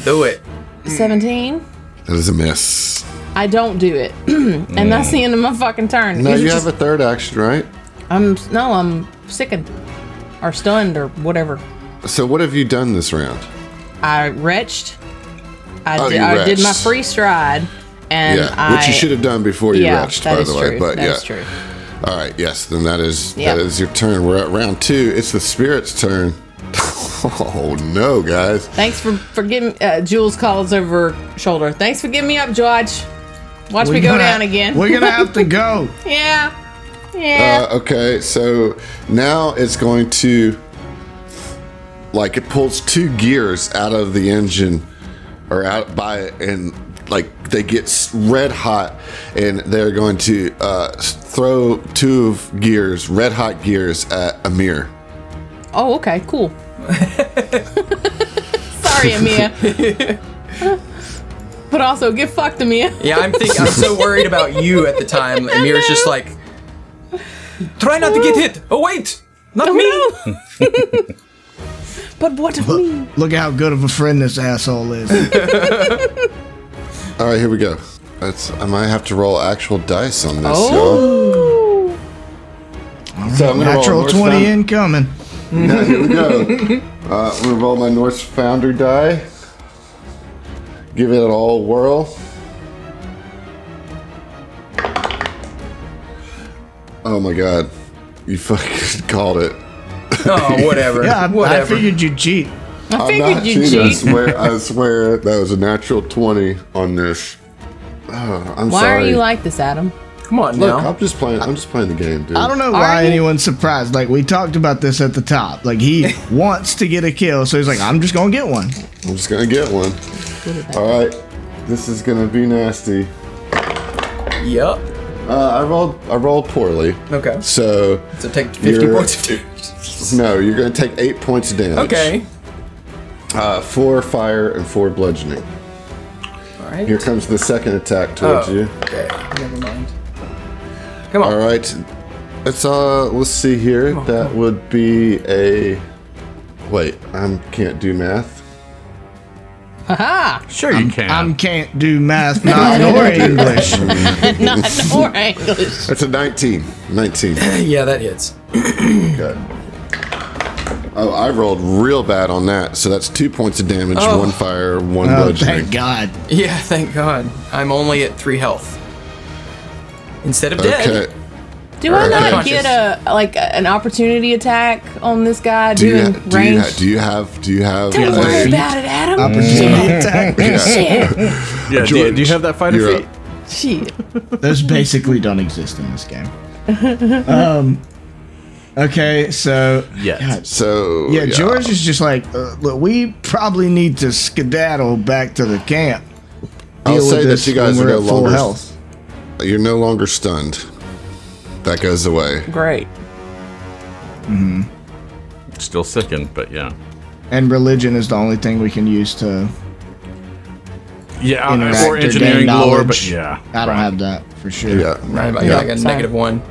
Speaker 2: Do it.
Speaker 1: Mm.
Speaker 3: Seventeen.
Speaker 1: That is a miss.
Speaker 3: I don't do it, and that's the end of my fucking turn.
Speaker 1: Mm. No,
Speaker 3: These
Speaker 1: you
Speaker 3: are just-
Speaker 1: have a third action, right?
Speaker 3: I'm no, I'm sickened, or stunned, or whatever.
Speaker 1: So what have you done this round?
Speaker 3: I retched. I,
Speaker 1: Oh,
Speaker 3: di-
Speaker 1: you
Speaker 3: I did my
Speaker 1: retched.
Speaker 3: free stride, and
Speaker 1: yeah,
Speaker 3: I.
Speaker 1: which you should have done before you
Speaker 3: Yeah,
Speaker 1: retched,
Speaker 3: that
Speaker 1: by
Speaker 3: is
Speaker 1: the
Speaker 3: true.
Speaker 1: way. But
Speaker 3: that
Speaker 1: yeah,
Speaker 3: is true.
Speaker 1: all right, yes, then that is
Speaker 3: Yeah.
Speaker 1: that is your turn. We're at round two. It's the spirit's turn. oh no, guys!
Speaker 3: Thanks for, for giving uh, Jules calls over her shoulder. Thanks for giving me up, George. Watch me
Speaker 5: We're
Speaker 3: go
Speaker 5: gonna-
Speaker 3: down again.
Speaker 5: We're gonna have to go.
Speaker 3: yeah. Yeah.
Speaker 1: Uh, okay, so now it's going to like it pulls two gears out of the engine or out by it and like they get s- red hot and they're going to uh, s- throw two of gears red hot gears at amir
Speaker 3: oh, okay. Cool. Sorry, Amia. but also, get fucked, Amia.
Speaker 2: Yeah, I'm think I'm so worried about you at the time. Amir's just like, try not to get hit. Oh wait, not me.
Speaker 3: No. but what of me?
Speaker 5: Look how good of a friend this asshole is.
Speaker 1: all right here we go That's, i might have to roll actual dice on this
Speaker 3: Oh.
Speaker 1: y'all. so i'm gonna roll
Speaker 5: Natural
Speaker 1: Norse
Speaker 5: twenty
Speaker 1: Found-
Speaker 5: incoming.
Speaker 1: Yeah, here we go uh, i'm gonna roll my norse founder die give it an all whirl oh my god you fucking called it
Speaker 2: Oh whatever.
Speaker 5: Yeah, I, I
Speaker 2: whatever.
Speaker 5: figured you'd cheat.
Speaker 3: I
Speaker 1: I'm not
Speaker 3: figured you
Speaker 1: cheating. I
Speaker 3: cheat.
Speaker 1: swear, I swear that was a natural 20 on this. Ugh, I'm
Speaker 3: Why
Speaker 1: sorry.
Speaker 3: are you like this, Adam?
Speaker 2: Come on
Speaker 1: Look,
Speaker 2: now.
Speaker 1: I'm just playing. I'm just playing the game, dude.
Speaker 5: I don't know why
Speaker 3: you-
Speaker 5: anyone's surprised. Like we talked about this at the top. Like he wants to get a kill, so he's like, "I'm just gonna get one."
Speaker 1: I'm just gonna get one. All right, this is gonna be nasty.
Speaker 2: Yup.
Speaker 1: Uh, I rolled. I rolled poorly.
Speaker 2: Okay.
Speaker 1: So
Speaker 2: So take 50
Speaker 1: You're-
Speaker 2: points of damage.
Speaker 1: no, you're gonna take eight points of damage.
Speaker 2: Okay.
Speaker 1: Uh, four fire and four bludgeoning.
Speaker 2: All right.
Speaker 1: Here comes the second attack towards
Speaker 2: Oh.
Speaker 1: you.
Speaker 2: Okay. Never mind. Come on.
Speaker 5: Uh,
Speaker 1: All right. It's uh. Let's see here. that would be a. Wait, I can't do math.
Speaker 3: Haha.
Speaker 4: Sure, you can.
Speaker 5: I can't do math, not nor English.
Speaker 3: Not more English.
Speaker 1: That's a 19. 19.
Speaker 2: Yeah, that hits.
Speaker 1: Okay. Oh, I rolled real bad on that. So that's two points of damage,
Speaker 2: Oh.
Speaker 1: one fire, one
Speaker 5: Oh,
Speaker 1: bludgeoning.
Speaker 5: thank God.
Speaker 2: Yeah, thank God. I'm only at three health instead of dead.
Speaker 1: Okay.
Speaker 3: Do I not
Speaker 2: Conscious.
Speaker 3: get a like a- an opportunity attack on this guy
Speaker 1: Do you,
Speaker 3: doing
Speaker 1: ha- do, you
Speaker 3: range?
Speaker 1: ha- do you have do you have
Speaker 3: Don't
Speaker 1: a-
Speaker 3: worry about it, Adam.
Speaker 5: Opportunity attack.
Speaker 3: Shit.
Speaker 4: yeah, do, you, do you have that fighter
Speaker 1: You're
Speaker 4: feet?
Speaker 1: up.
Speaker 3: Shit.
Speaker 5: Those basically don't exist in this game. Um, Okay, so
Speaker 4: Yet.
Speaker 5: God,
Speaker 1: So
Speaker 5: yeah, George is just like, uh, look, we probably need to skedaddle back to the camp.
Speaker 1: I'll
Speaker 5: Deal with
Speaker 1: say that
Speaker 5: this
Speaker 1: you guys
Speaker 5: when
Speaker 1: are
Speaker 5: we're
Speaker 1: no
Speaker 5: at full
Speaker 1: longer
Speaker 5: health.
Speaker 1: you're no longer stunned. That goes away.
Speaker 3: Great.
Speaker 4: Still sickened, but yeah.
Speaker 5: And religion is the only thing we can use to
Speaker 4: Yeah,
Speaker 5: interact
Speaker 4: or
Speaker 5: or gain
Speaker 4: engineering lore,
Speaker 5: knowledge.
Speaker 4: but yeah.
Speaker 5: I don't
Speaker 4: right.
Speaker 5: have that for sure.
Speaker 1: Yeah.
Speaker 2: Right, I
Speaker 1: Yeah.
Speaker 2: got like a
Speaker 3: Sorry.
Speaker 2: negative one.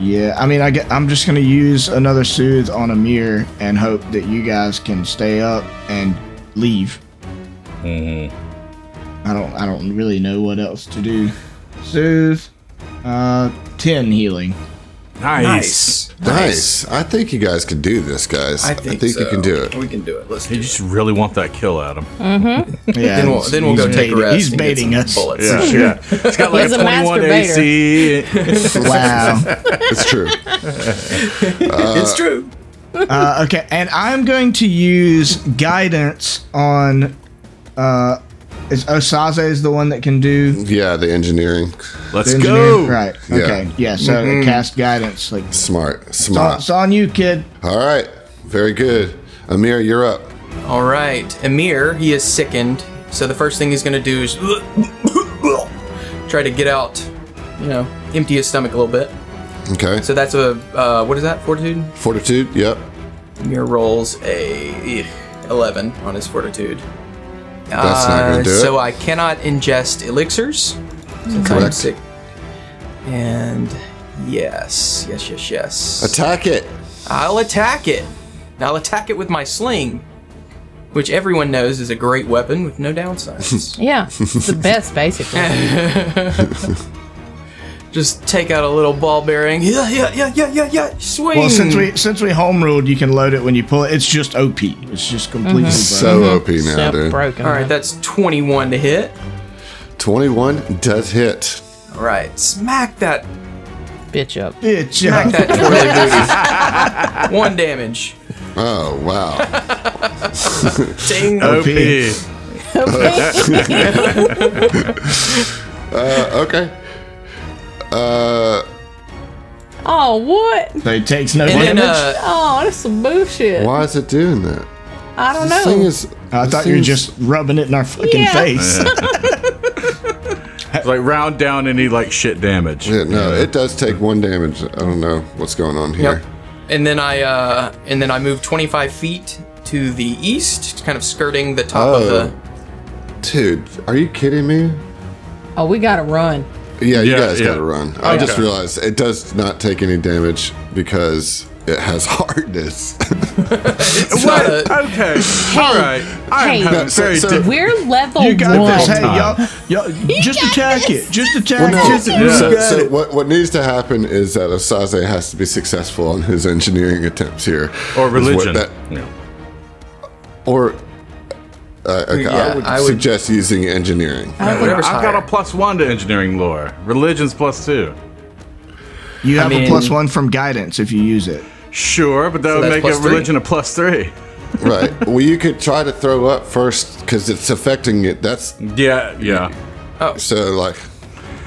Speaker 5: Yeah, I mean, I get, I'm just gonna use another soothe on Amir and hope that you guys can stay up and leave.
Speaker 2: Mm-hmm.
Speaker 5: I don't, I don't really know what else to do. Soothe, uh, ten healing.
Speaker 4: Nice.
Speaker 1: Nice. I think you guys can do this, guys.
Speaker 2: I think,
Speaker 1: you
Speaker 2: so.
Speaker 1: can do it.
Speaker 2: We can do it. Let's do
Speaker 4: You
Speaker 2: it.
Speaker 4: just really want that kill, Adam.
Speaker 5: Yeah,
Speaker 2: Then we'll,
Speaker 5: he's-
Speaker 2: then we'll
Speaker 5: he's
Speaker 2: go take a
Speaker 5: baiting-
Speaker 2: rest.
Speaker 5: He's
Speaker 2: and get
Speaker 5: baiting
Speaker 2: some
Speaker 5: us.
Speaker 2: Bullets.
Speaker 4: Yeah, yeah. It's got like
Speaker 3: He's
Speaker 4: a
Speaker 3: a master
Speaker 4: 21
Speaker 3: baiter.
Speaker 4: AC.
Speaker 5: Wow.
Speaker 1: It's true.
Speaker 2: it's true.
Speaker 5: Uh, okay, and I'm going to use guidance on. Uh, is Osaze is the one that can do
Speaker 1: yeah, the engineering.
Speaker 4: Let's
Speaker 5: the
Speaker 4: go.
Speaker 5: engineering? Right.
Speaker 1: Yeah.
Speaker 5: Okay. Yeah. So
Speaker 2: Mm-hmm.
Speaker 5: cast guidance. Like it's
Speaker 1: Smart.
Speaker 5: on,
Speaker 1: Smart.
Speaker 5: it's on you, kid.
Speaker 1: All right. Very good. Amir, you're up.
Speaker 2: All right, Amir, he is sickened. So the first thing he's going to do is try to get out, you know, empty his stomach a little bit.
Speaker 1: Okay.
Speaker 2: So that's a uh, what is that? Fortitude.
Speaker 1: Fortitude. Yep.
Speaker 2: Amir rolls a eh, 11 on his fortitude.
Speaker 1: That's not gonna do it.
Speaker 2: Uh, So I cannot ingest elixirs since I'm
Speaker 1: Correct.
Speaker 2: sick. And yes, yes, yes, yes.
Speaker 1: Attack it.
Speaker 2: I'll attack it. And I'll attack it with my sling, which everyone knows is a great weapon with no downsides.
Speaker 3: Yeah, it's the best, basically.
Speaker 2: Just take out a little ball bearing. Yeah, yeah, yeah, yeah, yeah, yeah. Swing.
Speaker 5: Well, since we since we home ruled, you can load it when you pull it. It's just OP. It's just completely broken.
Speaker 1: Mm-hmm. So OP now,
Speaker 3: so
Speaker 1: dude.
Speaker 3: broken.
Speaker 2: All right, that's 21 to hit.
Speaker 1: 21 does hit.
Speaker 2: All right, smack that
Speaker 3: bitch
Speaker 1: uh,
Speaker 3: up.
Speaker 5: Bitch,
Speaker 2: Smack
Speaker 5: yeah.
Speaker 2: that twirly booty. One damage.
Speaker 1: Oh, wow.
Speaker 2: Ding.
Speaker 4: OP.
Speaker 5: OP.
Speaker 1: Uh, okay. Uh,
Speaker 3: oh what?
Speaker 5: So it takes no
Speaker 2: And then,
Speaker 5: damage.
Speaker 2: uh,
Speaker 3: Oh, that's some bullshit.
Speaker 1: why is it doing that?
Speaker 3: I don't
Speaker 1: This
Speaker 3: know.
Speaker 1: thing is.
Speaker 2: uh,
Speaker 5: I
Speaker 1: this
Speaker 5: thought you were
Speaker 1: thing's-
Speaker 5: just rubbing it in our fucking
Speaker 3: Yeah.
Speaker 5: face.
Speaker 4: It's like round down any like shit damage.
Speaker 1: Yeah, no, it does take one damage. I don't know what's going on here.
Speaker 2: Yep. And then I uh, and then I move 25 feet to the east, kind of skirting the top of the.
Speaker 1: Dude, are you kidding me?
Speaker 3: oh, we gotta run.
Speaker 1: Yeah, you
Speaker 4: Yeah,
Speaker 1: guys
Speaker 4: yeah.
Speaker 1: gotta run. I
Speaker 4: Okay.
Speaker 1: just realized it does not take any damage because it has hardness.
Speaker 2: It's not a-
Speaker 4: Okay. All right. I'm
Speaker 3: hey.
Speaker 4: having
Speaker 1: So-
Speaker 4: very
Speaker 1: so-
Speaker 4: diff-
Speaker 3: We're level
Speaker 5: You got
Speaker 3: one.
Speaker 5: this. Hey, y'all,
Speaker 4: time.
Speaker 5: y'all, just attack it. Just attack
Speaker 1: Well, no,
Speaker 5: it. You
Speaker 1: so,
Speaker 5: got
Speaker 1: so
Speaker 5: it.
Speaker 1: what, what needs to happen is that Osaze has to be successful on his engineering attempts here.
Speaker 4: or
Speaker 1: Is what
Speaker 4: religion.
Speaker 1: that-
Speaker 4: Yeah.
Speaker 1: or uh, okay,
Speaker 2: Yeah,
Speaker 1: I, would
Speaker 2: I would-
Speaker 1: suggest using engineering.
Speaker 3: I would-
Speaker 2: Whatever's
Speaker 4: I've got a
Speaker 2: higher.
Speaker 4: plus one to engineering lore. Religion's plus two.
Speaker 5: You have
Speaker 2: mean-
Speaker 5: a plus one from guidance if you use it.
Speaker 4: Sure, but that would
Speaker 2: that's
Speaker 4: make
Speaker 2: plus
Speaker 4: a
Speaker 2: three.
Speaker 4: religion a plus three.
Speaker 1: right. Well, you could try to throw up first because it's affecting it. That's
Speaker 4: Yeah, yeah.
Speaker 1: so like.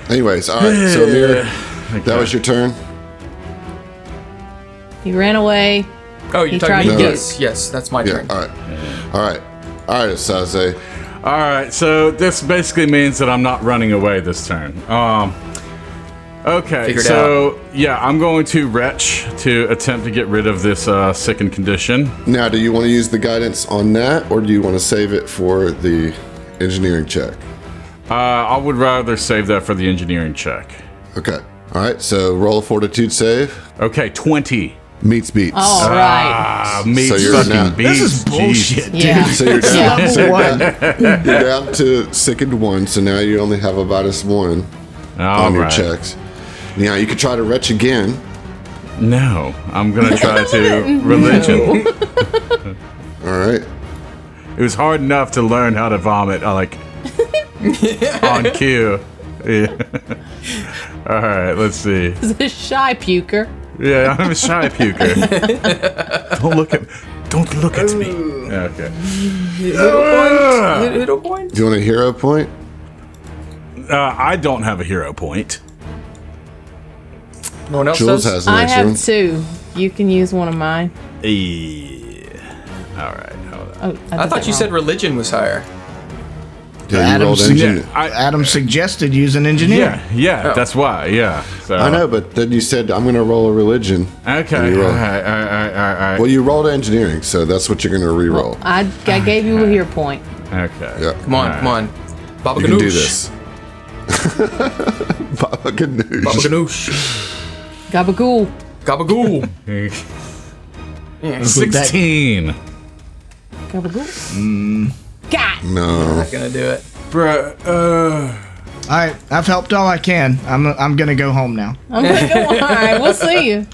Speaker 1: Anyways, all right. So Amir, that was your turn.
Speaker 3: He ran away.
Speaker 2: Oh, you're talking
Speaker 3: He tried
Speaker 2: to
Speaker 1: to
Speaker 2: me?
Speaker 1: do it.
Speaker 2: Yes, yes, that's my
Speaker 1: Yeah.
Speaker 2: turn.
Speaker 1: All right. All right. All right, Osaze.
Speaker 4: All right, so this basically means that I'm not running away this turn. Um, okay,
Speaker 2: Figured
Speaker 4: so yeah, I'm going to retch to attempt to get rid of this uh, sickened condition.
Speaker 1: Now, do you want to use the guidance on that, or do you want to save it for the engineering check?
Speaker 4: Uh, I would rather save that for the engineering check.
Speaker 1: Okay. All right. So roll a fortitude save.
Speaker 4: Okay, twenty.
Speaker 1: Meets beats.
Speaker 3: All right.
Speaker 4: Ah, me
Speaker 1: So you're
Speaker 4: fucking
Speaker 1: not-
Speaker 4: beast.
Speaker 5: This is bullshit, dude.
Speaker 3: Yeah.
Speaker 1: So you're down.
Speaker 3: Yeah.
Speaker 1: so you're, down you're down to sickened one. So now you only have a minus one
Speaker 4: All
Speaker 1: on your
Speaker 4: right.
Speaker 1: checks. Now you could try to retch again.
Speaker 4: No, I'm gonna try to religion.
Speaker 1: All right.
Speaker 4: It was hard enough to learn how to vomit, uh, like on cue. Yeah. All right, let's see.
Speaker 3: He's a shy puker.
Speaker 4: Yeah, I'm a shy puker. don't look at, don't look at me. Okay.
Speaker 2: Hit- hit a point.
Speaker 1: Do you want a hero point?
Speaker 4: Uh, I don't have a hero point.
Speaker 2: No one else
Speaker 1: Jules has
Speaker 2: does.
Speaker 1: the
Speaker 3: I
Speaker 1: next
Speaker 3: have
Speaker 1: one.
Speaker 3: two. You can use one of mine.
Speaker 4: Yeah. All right. Hold
Speaker 3: Oh,
Speaker 4: on.
Speaker 2: I thought you said religion was higher.
Speaker 1: Yeah, you
Speaker 5: Adam
Speaker 1: rolled
Speaker 5: Smith.
Speaker 1: engineer.
Speaker 4: Yeah, I,
Speaker 5: Adam suggested using engineer.
Speaker 4: yeah, yeah.
Speaker 2: Oh.
Speaker 4: That's why. Yeah. So,
Speaker 1: I know, but then you said I'm going to roll a religion.
Speaker 4: Okay.
Speaker 1: You
Speaker 4: All
Speaker 1: roll.
Speaker 4: right. All right. All right. All
Speaker 1: Well, you rolled engineering, so that's what you're going to re-roll.
Speaker 3: I, I gave you a hero point.
Speaker 4: right. Okay.
Speaker 1: Yeah.
Speaker 2: Come on,
Speaker 4: All
Speaker 2: come on. Baba
Speaker 1: You can do
Speaker 2: Ganoush.
Speaker 1: this. Baba Ganoush.
Speaker 2: Baba Ganoush.
Speaker 3: Gabagool.
Speaker 2: Gabagool.
Speaker 4: Sixteen.
Speaker 3: Gabagool.
Speaker 1: Mm.
Speaker 3: God.
Speaker 1: No.
Speaker 2: Not gonna do it.
Speaker 4: Bruh. Uh,
Speaker 5: All right, I've helped all I can. I'm I'm gonna go home now.
Speaker 3: I'm like, oh, all right, we'll see you.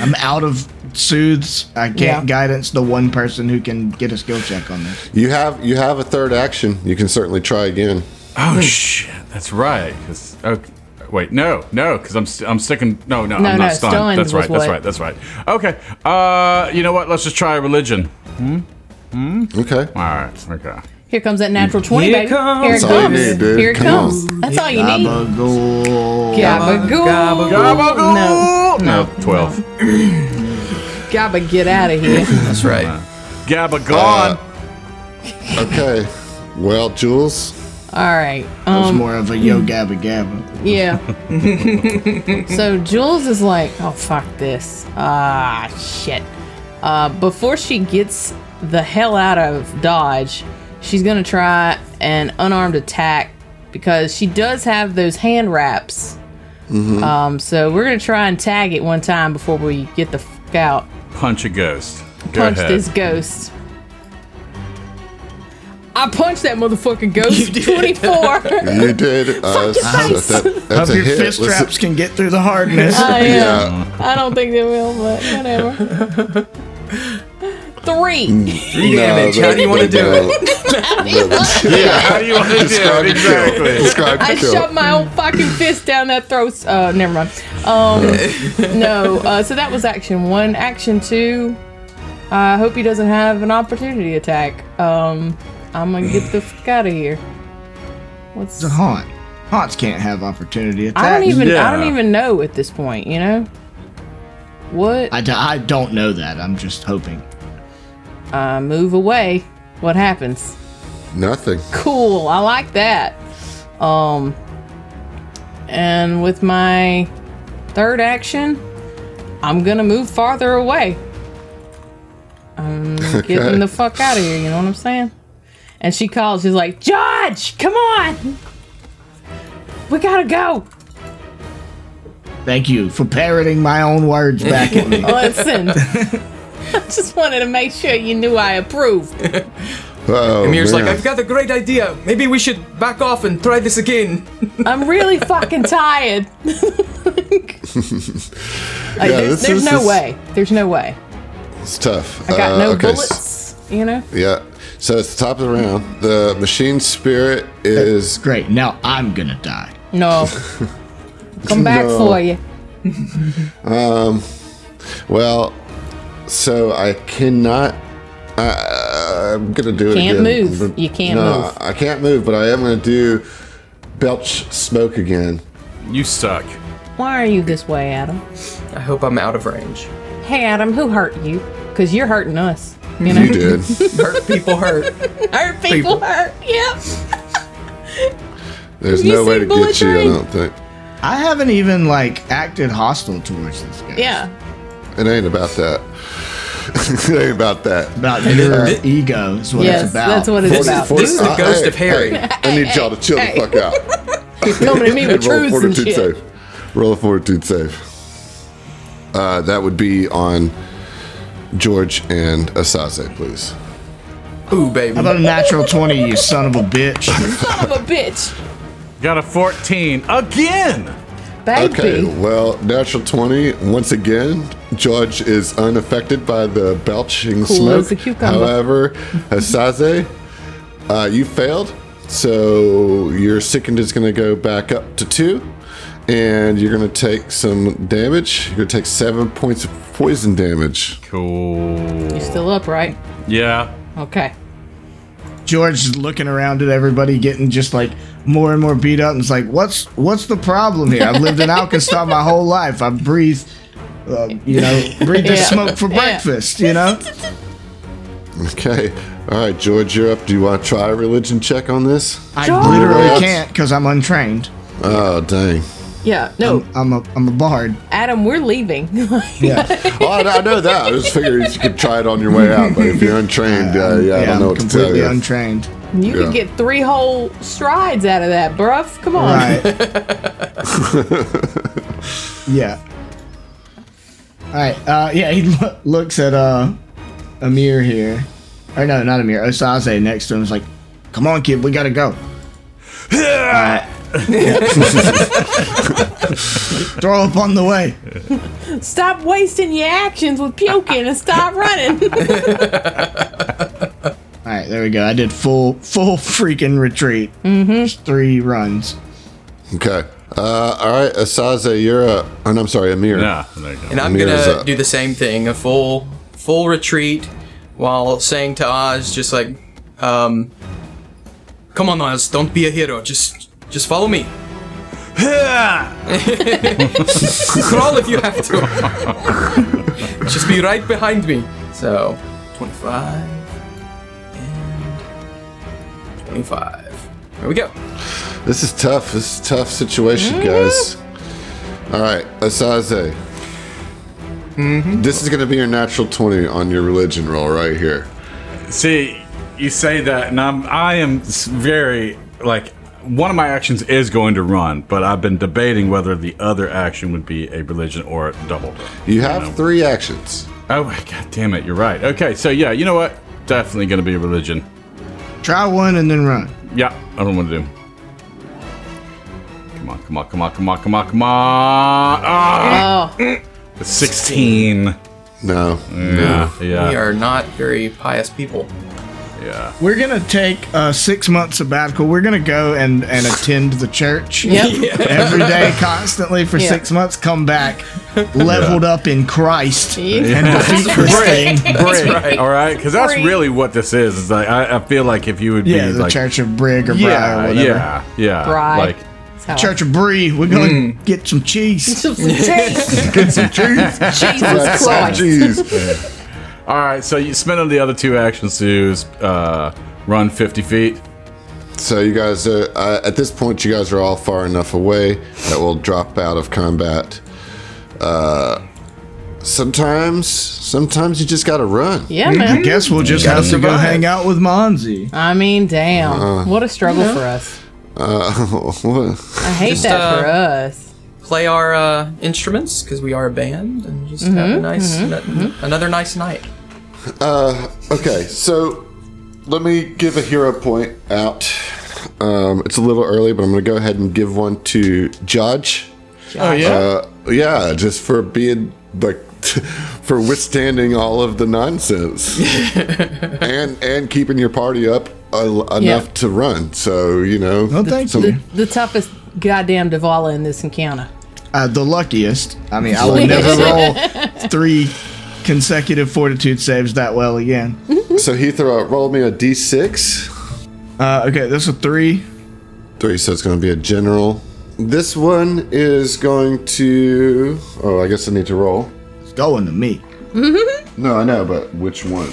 Speaker 5: I'm out of soothes. I can't
Speaker 3: Yeah.
Speaker 5: guidance the one person who can get a skill check on this.
Speaker 1: You have you have a third action. You can certainly try again.
Speaker 4: oh shit. That's right. 'cause- okay. Wait, no, no, because I'm st- I'm sticking. No, no,
Speaker 3: No,
Speaker 4: I'm
Speaker 3: no,
Speaker 4: not stunned.
Speaker 3: stunned
Speaker 4: That's
Speaker 3: was
Speaker 4: right. That's
Speaker 3: what-
Speaker 4: right. That's right. Okay. Uh, you know what? Let's just try religion.
Speaker 1: Okay.
Speaker 4: All right. Okay.
Speaker 3: Here comes that natural 20,
Speaker 2: Here
Speaker 3: baby.
Speaker 2: comes-
Speaker 3: Here it
Speaker 2: That's
Speaker 1: all you
Speaker 3: comes.
Speaker 1: need, dude.
Speaker 3: Here it
Speaker 1: Come
Speaker 3: comes. That's all you need.
Speaker 5: Gabagool.
Speaker 3: Gabagool.
Speaker 2: Gabagool.
Speaker 3: No.
Speaker 4: No, twelve.
Speaker 3: Gabba, get out of here.
Speaker 2: That's right.
Speaker 4: Gabba gone.
Speaker 1: Okay. Well, Jules,
Speaker 3: All right.
Speaker 5: That was
Speaker 3: Um,
Speaker 5: more of a yo gabba gabba.
Speaker 3: Yeah. so Jules is like, oh, fuck this. Ah, shit. Uh, before she gets the hell out of Dodge, she's going to try an unarmed attack because she does have those hand wraps.
Speaker 4: Mm-hmm.
Speaker 3: Um, so we're going to try and tag it one time before we get the fuck out.
Speaker 4: Punch a ghost. Go
Speaker 3: Punch
Speaker 4: ahead.
Speaker 3: this ghost. I punched that motherfucking ghost. 24.
Speaker 1: you did. Uh,
Speaker 3: face.
Speaker 1: so that- that's
Speaker 5: Hope
Speaker 1: a
Speaker 5: your
Speaker 1: hit.
Speaker 5: fist
Speaker 1: Let's-
Speaker 5: traps can get through the hardness.
Speaker 3: I am.
Speaker 1: Yeah.
Speaker 3: I don't think they will, but whatever. Three.
Speaker 2: Three damage. How do you want to do it?
Speaker 4: Yeah, how do you want to do it? Exactly.
Speaker 1: Describe the
Speaker 3: I
Speaker 1: kill.
Speaker 3: shoved my own fucking fist down that throat. Uh, never mind. Um, no. Uh, so that was action one. Action two. I hope he doesn't have an opportunity attack. Um, I'm gonna get the fuck out of here. What's?
Speaker 5: It's a haunt. Haunts can't have opportunity attacks.
Speaker 3: I don't even. I don't
Speaker 4: Yeah.
Speaker 3: even know at this point. You know. What?
Speaker 5: I, d- I don't know that. I'm just hoping.
Speaker 3: Uh, move away. What happens?
Speaker 1: Nothing.
Speaker 3: cool. I like that. Um, and with my third action, I'm gonna move farther away. I'm getting the fuck out of here. You know what I'm saying? And she calls. She's like, "Judge, come on, we gotta go."
Speaker 5: Thank you for parroting my own words back at me.
Speaker 3: Listen, I just wanted to make sure you knew I approved.
Speaker 1: Oh,
Speaker 2: Mir's like,
Speaker 1: man.
Speaker 2: I've got a great idea. Maybe we should back off and try this again.
Speaker 3: I'm really fucking tired. like, there's
Speaker 1: this
Speaker 3: there's
Speaker 1: is-
Speaker 3: no
Speaker 1: this-
Speaker 3: way. There's no way.
Speaker 1: it's tough.
Speaker 3: I got
Speaker 1: Uh,
Speaker 3: no
Speaker 1: okay, s-
Speaker 3: bullets. You know,
Speaker 1: Yeah. So it's the top of the round. The machine spirit is
Speaker 5: Great. Now I'm gonna die.
Speaker 3: no. Come back
Speaker 1: No.
Speaker 3: for you.
Speaker 1: well. So I cannot. I, I'm gonna do it.
Speaker 3: Can't
Speaker 1: again.
Speaker 3: move.
Speaker 1: But-
Speaker 3: You can't
Speaker 1: no,
Speaker 3: move.
Speaker 1: I can't move, but I am gonna do belch smoke again.
Speaker 4: You suck.
Speaker 3: Why are you this way, Adam?
Speaker 2: I hope I'm out of range.
Speaker 3: Hey, Adam, who hurt you? Because you're hurting us. You
Speaker 1: You
Speaker 3: know,
Speaker 1: did.
Speaker 2: Hurt people hurt.
Speaker 3: hurt people, hurt. Yep.
Speaker 1: There's
Speaker 3: Have you
Speaker 1: no way to
Speaker 3: seen Bullet
Speaker 1: get you. I
Speaker 3: Train?
Speaker 1: don't think.
Speaker 5: I haven't even like acted hostile towards this guy.
Speaker 3: Yeah.
Speaker 1: It ain't about that. it ain't about that.
Speaker 5: About your ego is what
Speaker 3: yes,
Speaker 5: it's about.
Speaker 3: that's what it's
Speaker 2: This is-
Speaker 3: about.
Speaker 2: this is the
Speaker 1: Uh,
Speaker 2: ghost
Speaker 1: hey,
Speaker 2: of Harry.
Speaker 1: hey, I need y'all to chill
Speaker 3: hey.
Speaker 1: the fuck out.
Speaker 3: He's coming to me with
Speaker 1: Roll a
Speaker 3: truths and shit.
Speaker 1: safe. Roll a fortitude safe. Uh, that would be on George and Asase, please.
Speaker 2: Ooh, baby.
Speaker 5: How about a natural 20, you son of a bitch?
Speaker 3: Son of a bitch,
Speaker 4: Got a fourteen again.
Speaker 3: baby.
Speaker 1: Okay, well, natural 20. Once again, George is unaffected by the belching
Speaker 3: Cool
Speaker 1: smoke.
Speaker 3: as a cucumber.
Speaker 1: However, Asase, uh, you failed. So your sickened is going to go back up to two. And you're going to take some damage. You're going to take seven points of poison damage.
Speaker 4: Cool.
Speaker 3: You're still up, right?
Speaker 4: Yeah.
Speaker 3: Okay.
Speaker 5: George is looking around at everybody, getting just like more and more beat up. And it's like, what's what's the problem here? I've lived in Alkenstar my whole life. I breathe, uh, you know, breathe the
Speaker 3: Yeah.
Speaker 5: smoke for
Speaker 3: Yeah.
Speaker 5: breakfast. You know,
Speaker 1: Okay. All right, George, you're up. Do you want to try a religion check on this?
Speaker 5: I
Speaker 3: George!
Speaker 5: literally can't because I'm untrained.
Speaker 1: Oh, dang.
Speaker 3: Yeah, no,
Speaker 5: I'm a I'm a bard.
Speaker 3: Adam, we're leaving.
Speaker 5: Yeah,
Speaker 1: Oh, I, I know that. I just figured you could try it on your way out, but if you're untrained, uh, yeah, I
Speaker 5: yeah
Speaker 1: don't know
Speaker 5: I'm
Speaker 1: what to tell
Speaker 5: completely
Speaker 1: you.
Speaker 5: untrained.
Speaker 3: you
Speaker 1: Yeah.
Speaker 3: could get three whole strides out of that, bruv. Come on.
Speaker 5: Right. yeah. All right. Uh, yeah, he lo- looks at uh, Amir here. Or no, not Amir. Osaze next to him is like, "Come on, kid, we gotta go." Alright. Throw up on the way.
Speaker 3: Stop wasting your actions with puking and stop running.
Speaker 5: All right, there we go. I did full, full freaking retreat. Mm-hmm. Three runs.
Speaker 1: Okay. Uh, all right, Asaze, you're up. And I'm sorry, Amir.
Speaker 4: Nah, there you go.
Speaker 2: And I'm
Speaker 1: Amir's
Speaker 2: gonna
Speaker 1: up.
Speaker 2: do the same thing, a full full retreat, while saying to Oz, just like, um, "Come on, Oz, don't be a hero. Just just follow me. Crawl if you have to. just be right behind me." So, 25 and 25. There we go.
Speaker 1: This is tough. This is a tough situation, guys. All right, Asaze.
Speaker 5: Mm-hmm.
Speaker 1: This is going to be your natural 20 on your religion roll right here.
Speaker 4: See, you say that, and I'm I am s- very like one of my actions is going to run, but I've been debating whether the other action would be a religion or a double.
Speaker 1: You have three actions.
Speaker 4: Oh god damn it, you're right. Okay, so yeah, you know what? Definitely gonna be a religion.
Speaker 5: Try one and then run.
Speaker 4: Yeah, I don't want to do. Come on, come on, come on, come on, come on, come on. Ah,
Speaker 3: Oh,
Speaker 4: 16.
Speaker 1: No.
Speaker 4: Yeah,
Speaker 1: Ah.
Speaker 2: We
Speaker 4: yeah,
Speaker 2: are not very pious people.
Speaker 4: yeah.
Speaker 5: We're gonna take a six month sabbatical. We're gonna go and, and attend the church
Speaker 3: Yep.
Speaker 5: every day, constantly for
Speaker 3: Yeah.
Speaker 5: six months. Come back leveled up in Christ and
Speaker 4: Yeah.
Speaker 5: defeat this
Speaker 4: Brick,
Speaker 5: thing.
Speaker 4: brick, all right? Because that's
Speaker 3: Brick.
Speaker 4: really what this is. Is like I, I feel like if you would
Speaker 5: Yeah,
Speaker 4: be
Speaker 5: the
Speaker 4: like,
Speaker 5: Church of Brig or Bri or
Speaker 4: yeah,
Speaker 5: whatever.
Speaker 4: yeah, yeah,
Speaker 3: Bri.
Speaker 4: like
Speaker 3: that's how I-
Speaker 5: Church of Bree. We're gonna
Speaker 4: Mm.
Speaker 5: get some cheese.
Speaker 3: Some cheese.
Speaker 1: Get some cheese.
Speaker 3: Jesus
Speaker 1: That's some
Speaker 3: Christ.
Speaker 1: cheese.
Speaker 4: All right, so you spend on the other two actions to uh, run 50 feet.
Speaker 1: So you guys, are, uh, at this point, you guys are all far enough away that we'll drop out of combat. Uh, sometimes, sometimes you just gotta run.
Speaker 3: Yeah,
Speaker 5: I
Speaker 3: man.
Speaker 5: guess we'll just have to go
Speaker 2: survive.
Speaker 5: hang out with Monzi.
Speaker 3: I mean, damn. what a struggle for us.
Speaker 1: Uh,
Speaker 3: I hate
Speaker 2: Just,
Speaker 3: that
Speaker 2: uh,
Speaker 3: for us.
Speaker 2: play our uh, instruments because we are a band and just have a nice n- another nice night.
Speaker 1: Okay, so let me give a hero point out. Um, it's a little early, but I'm going to go ahead and give one to Judge.
Speaker 4: Oh yeah,
Speaker 1: Uh, yeah, just for being like for withstanding all of the nonsense and and keeping your party up a, enough
Speaker 3: Yeah.
Speaker 1: to run. So you know,
Speaker 5: No, thank
Speaker 1: some-
Speaker 5: you.
Speaker 3: The toughest goddamn Davala in this encounter.
Speaker 5: Uh, the luckiest. I mean, I will never roll three consecutive fortitude saves that well again.
Speaker 1: So Heathrow, roll me a d6.
Speaker 5: Uh, okay, that's a three.
Speaker 1: Three, so it's going to be a general. This one is going to. Oh, I guess I need to roll.
Speaker 5: It's going to me.
Speaker 1: No, I know, but which one?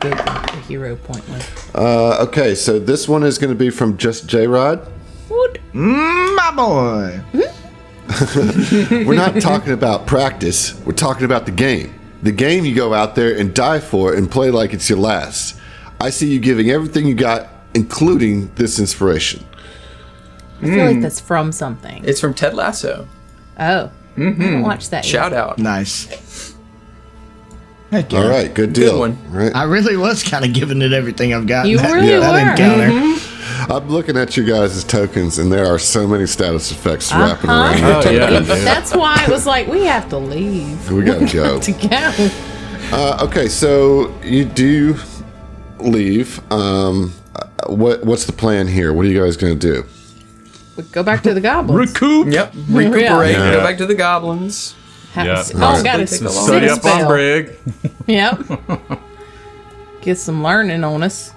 Speaker 3: The hero point one.
Speaker 1: Uh, okay, so this one is going to be from just J Rod.
Speaker 3: What?
Speaker 5: My boy.
Speaker 1: We're not talking about practice. We're talking about the game. The game you go out there and die for and play like it's your last. I see you giving everything you got, including this inspiration.
Speaker 3: I feel like that's from something.
Speaker 2: It's from Ted Lasso.
Speaker 3: Oh. I haven't watched that yet.
Speaker 2: Shout out.
Speaker 5: Nice. Heck yeah.
Speaker 1: All right, good deal.
Speaker 2: one.
Speaker 1: Right,
Speaker 5: I really was kind of giving it everything I've got. in
Speaker 3: You
Speaker 5: that,
Speaker 3: really
Speaker 5: that
Speaker 3: were. Mm-hmm.
Speaker 5: encounter.
Speaker 1: I'm looking at you guys' tokens, and there are so many status effects wrapping
Speaker 3: Uh-huh.
Speaker 1: around.
Speaker 4: oh yeah.
Speaker 3: That's why it was like, we have to leave.
Speaker 1: We gotta go.
Speaker 3: to go.
Speaker 1: Uh, okay, so you do leave. Um, uh, what what's the plan here? What are you guys gonna do?
Speaker 3: We go back to the goblins.
Speaker 4: Recoup.
Speaker 2: Yep. Recuperate.
Speaker 1: Yeah.
Speaker 2: Go back to the goblins.
Speaker 3: Have a
Speaker 4: Yeah.
Speaker 3: s-
Speaker 1: Right.
Speaker 3: Oh, got a
Speaker 2: Take
Speaker 3: six
Speaker 2: a long
Speaker 4: Study up on
Speaker 3: spell.
Speaker 4: Brig.
Speaker 3: Yep. Get some learning on us.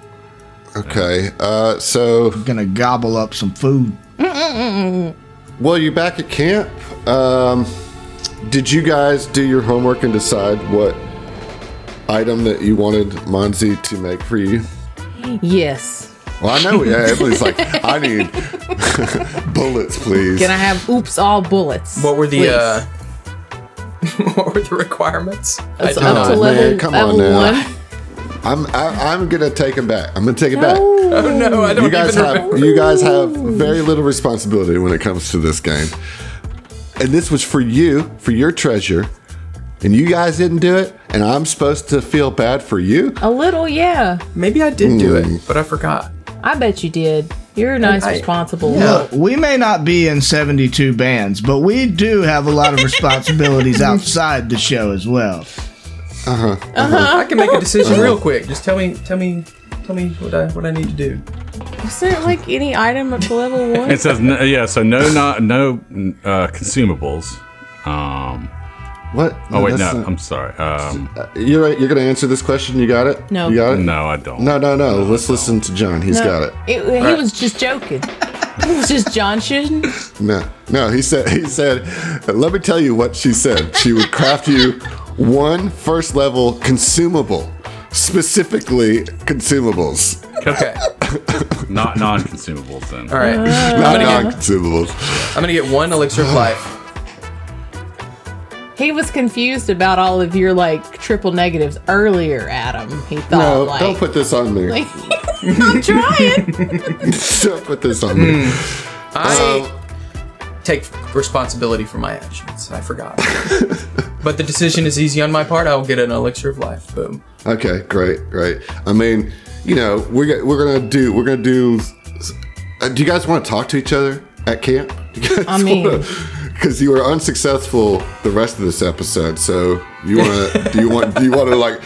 Speaker 1: Okay. Uh, so,
Speaker 5: Gonna gobble up some food.
Speaker 1: well, you're back at camp. Um, did you guys do your homework and decide what item that you wanted Monzi to make for you?
Speaker 3: Yes.
Speaker 1: Well, I know. Yeah, everybody's like, I need bullets, please.
Speaker 3: Can I have oops all bullets?
Speaker 2: What were the
Speaker 3: please?
Speaker 2: uh, what were the requirements?
Speaker 3: That's
Speaker 2: I do
Speaker 1: don't
Speaker 3: up to
Speaker 1: know.
Speaker 3: level,
Speaker 1: Man, come on
Speaker 3: level
Speaker 1: now.
Speaker 3: one.
Speaker 1: I'm I, I'm gonna take him back. I'm gonna take it back.
Speaker 3: No.
Speaker 2: not know. I don't
Speaker 1: you guys
Speaker 2: even
Speaker 1: have
Speaker 2: remember.
Speaker 1: you guys have very little responsibility when it comes to this game. And this was for you, for your treasure, and you guys didn't do it, and I'm supposed to feel bad for you.
Speaker 3: A little, yeah.
Speaker 2: Maybe I did do it, but I forgot.
Speaker 3: I bet you did. You're a nice,
Speaker 2: I-
Speaker 3: responsible.
Speaker 5: Look, Uh, we may not be in 72 bands, but we do have a lot of responsibilities outside the show as well.
Speaker 2: I can make a decision real quick. Just tell me, tell me, tell me what I what I need to do.
Speaker 3: Is there like any item up to level one?
Speaker 4: It says no, yeah, so no, not no uh, consumables. Um,
Speaker 1: What?
Speaker 4: oh wait, no,
Speaker 1: that's uh,
Speaker 4: I'm sorry. Um,
Speaker 1: not- you're right, you're gonna answer this question. You got it.
Speaker 3: No.
Speaker 1: You got it.
Speaker 4: no, I don't.
Speaker 1: No, no, no. Let's listen to John. He's got it.
Speaker 3: he was just joking. It was just John shouldn't.
Speaker 1: No, no. He said. He said. Let me tell you what she said. She would craft you one first level consumable, specifically consumables,
Speaker 2: Okay,
Speaker 4: Not non-consumables then.
Speaker 2: all right.
Speaker 3: Uh,
Speaker 1: not
Speaker 2: gonna get-
Speaker 1: non-consumables.
Speaker 2: I'm gonna get one elixir of life.
Speaker 3: He was confused about all of your like triple negatives earlier, Adam. He thought
Speaker 1: No,
Speaker 3: Oh, like
Speaker 1: don't put this on me.
Speaker 3: I'm trying.
Speaker 1: don't put this on me.
Speaker 4: Hmm.
Speaker 1: Um,
Speaker 2: I
Speaker 1: So,
Speaker 2: take responsibility for my actions. I forgot. but the decision is easy on my part. I'll get an elixir of life. Boom.
Speaker 1: okay, great, great. I mean, you know, we're go- we're gonna do we're gonna do. Uh, do you guys want to talk to each other at camp?
Speaker 3: I mean,
Speaker 1: Because you were unsuccessful the rest of this episode, so you want to do you want do you want to like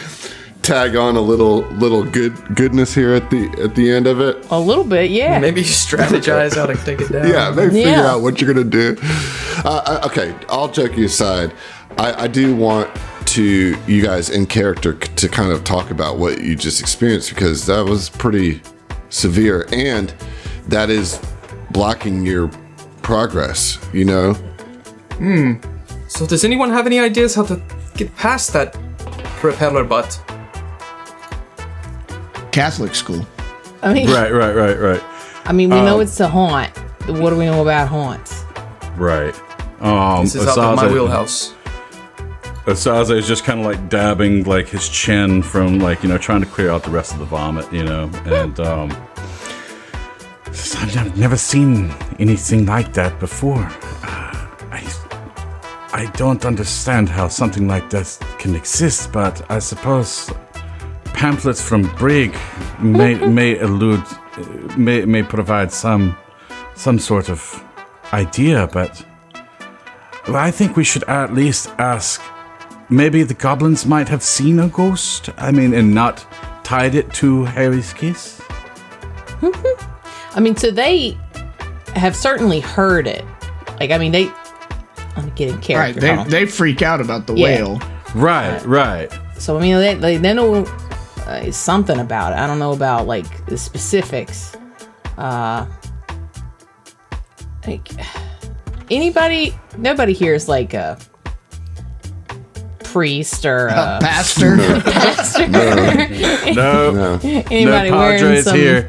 Speaker 1: tag on a little little good goodness here at the at the end of it?
Speaker 3: a little bit, yeah.
Speaker 2: Maybe you strategize how to take it down.
Speaker 1: Yeah, maybe figure
Speaker 3: Yeah.
Speaker 1: out what you're gonna do. Uh, I- okay, all joking aside, I, I do want to you guys in character c- to kind of talk about what you just experienced because that was pretty severe, and that is blocking your progress. You know,
Speaker 2: So does anyone have any ideas how to get past that propeller butt?
Speaker 5: Catholic school.
Speaker 3: I mean,
Speaker 4: Right, right, right, right,
Speaker 3: I mean, we know it's a haunt. What do we know about haunts?
Speaker 4: right. Um,
Speaker 2: This is out of my
Speaker 4: Asaza-
Speaker 2: wheelhouse.
Speaker 4: Asaza is just kind of like dabbing like his chin from like you know trying to clear out the rest of the vomit, you know, and um, says, I've nev- never seen anything like that before. Uh, I I don't understand how something like this can exist, but I suppose pamphlets from Brig may may elude uh, may may provide some some sort of idea, but. Well, I think we should at least ask Maybe the goblins might have seen a ghost. I mean, and not tied it to Harry's kiss.
Speaker 3: I mean, so they have certainly heard it. Like, I mean, they. I'm getting
Speaker 5: All right,
Speaker 3: character.
Speaker 5: they,
Speaker 3: hold on.
Speaker 5: they freak out about the
Speaker 3: Yeah.
Speaker 5: whale.
Speaker 4: Right, right.
Speaker 3: so I mean, they they, they know uh, something about it. I don't know about like the specifics. Uh, like anybody, nobody here is like a priest or uh,
Speaker 5: A
Speaker 3: a
Speaker 5: Uh, pastor.
Speaker 3: pastor.
Speaker 4: No,
Speaker 1: no.
Speaker 3: anybody wearing some.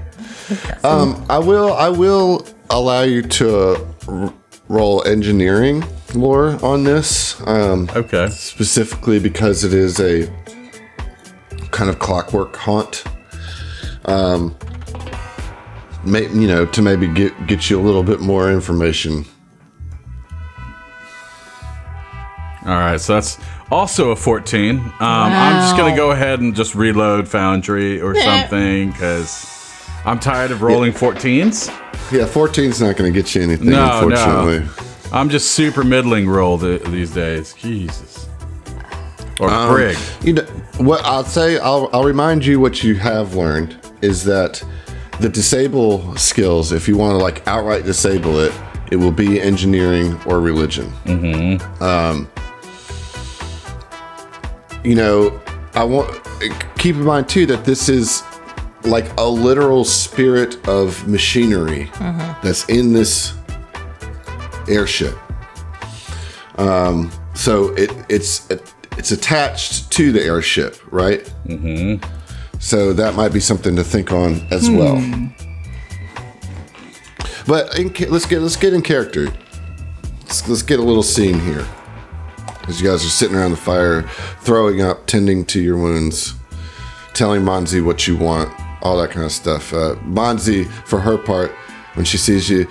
Speaker 1: Um, I will. I will allow you to uh, r- roll engineering lore on this, um,
Speaker 4: Okay.
Speaker 1: specifically because it is a kind of clockwork haunt. Um, may, you know, to maybe get get you a little bit more information.
Speaker 4: All right. So that's also a fourteen. Um, I'm just
Speaker 3: Wow.
Speaker 4: gonna go ahead and just reload Foundry or something because I'm tired of rolling fourteens.
Speaker 1: Yeah, 14's not going to get you anything,
Speaker 4: No,
Speaker 1: unfortunately.
Speaker 4: no. I'm just super middling roll th- these days. Jesus. Or
Speaker 2: Um,
Speaker 4: Brig.
Speaker 1: You know what I'll say. I'll I'll remind you what you have learned is that the disable skills. If you want to like outright disable it, it will be engineering or religion. Mm-hmm. Um, you know, I want keep in mind too that this is like a literal spirit of machinery that's in this airship. Um, so it it's it's attached to the airship, right? Mm-hmm. So that might be something to think on as well. But in, ca- let's get let's get in character. Let's, let's get a little scene here. As you guys are sitting around the fire, throwing up, tending to your wounds, telling Monzi what you want, all that kind of stuff. Uh, Monzi, for her part, when she sees you,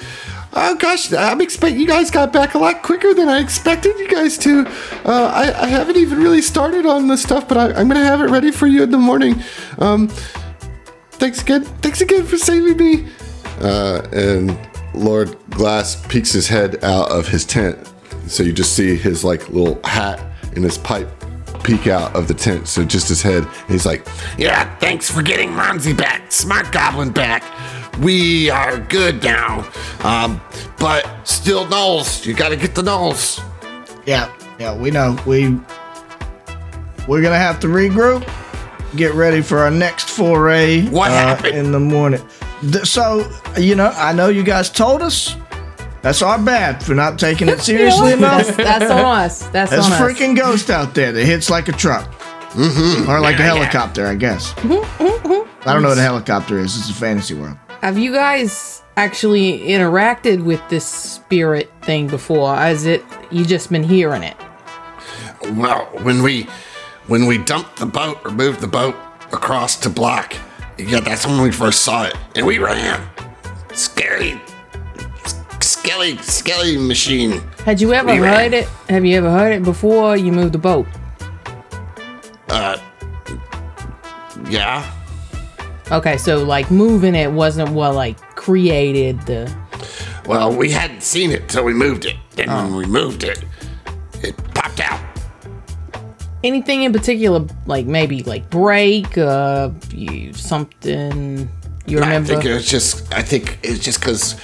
Speaker 1: oh gosh, I'm expect you guys got back a lot quicker than I expected you guys to. Uh, I, I haven't even really started on this stuff, but I, I'm gonna have it ready for you in the morning. Um, thanks again, thanks again for saving me. Uh, and Lord Glass peeks his head out of his tent. So you just see his like little hat and his pipe peek out of the tent. So just his head. And he's like,
Speaker 6: Yeah, thanks for getting Monzi back, Smart Goblin back. We are good now. Um, but still Knowles. You gotta get the Knowles.
Speaker 5: Yeah, yeah, we know. We we're gonna have to regroup, get ready for our next foray. uh,
Speaker 6: What happened?
Speaker 5: in the morning? Th- So you know, I know you guys told us. That's our bad for not taking it seriously enough.
Speaker 3: That's, that's on us. That's,
Speaker 5: There's a
Speaker 3: on us.
Speaker 5: freaking ghost out there that hits like a truck.
Speaker 6: Mm-hmm.
Speaker 5: Or like a helicopter, I guess.
Speaker 3: Mm-hmm,
Speaker 5: I don't know what a helicopter is. It's a fantasy world.
Speaker 3: Have you guys actually interacted with this spirit thing before? Has it you just been hearing it?
Speaker 6: Well, when we when we dumped the boat or moved the boat across to block, yeah, that's when we first saw it. And we ran. Scary skelly skelly machine.
Speaker 3: Had you ever
Speaker 6: ran.
Speaker 3: heard it? Have you ever heard it before you moved the boat?
Speaker 6: Uh, Yeah.
Speaker 3: Okay, so like moving it wasn't what like created the
Speaker 6: Well, we hadn't seen it till we moved it. And
Speaker 2: Oh.
Speaker 6: when we moved it, it popped out.
Speaker 3: anything in particular like maybe like break uh you something you
Speaker 6: I
Speaker 3: remember
Speaker 6: think it was just. I think it was just because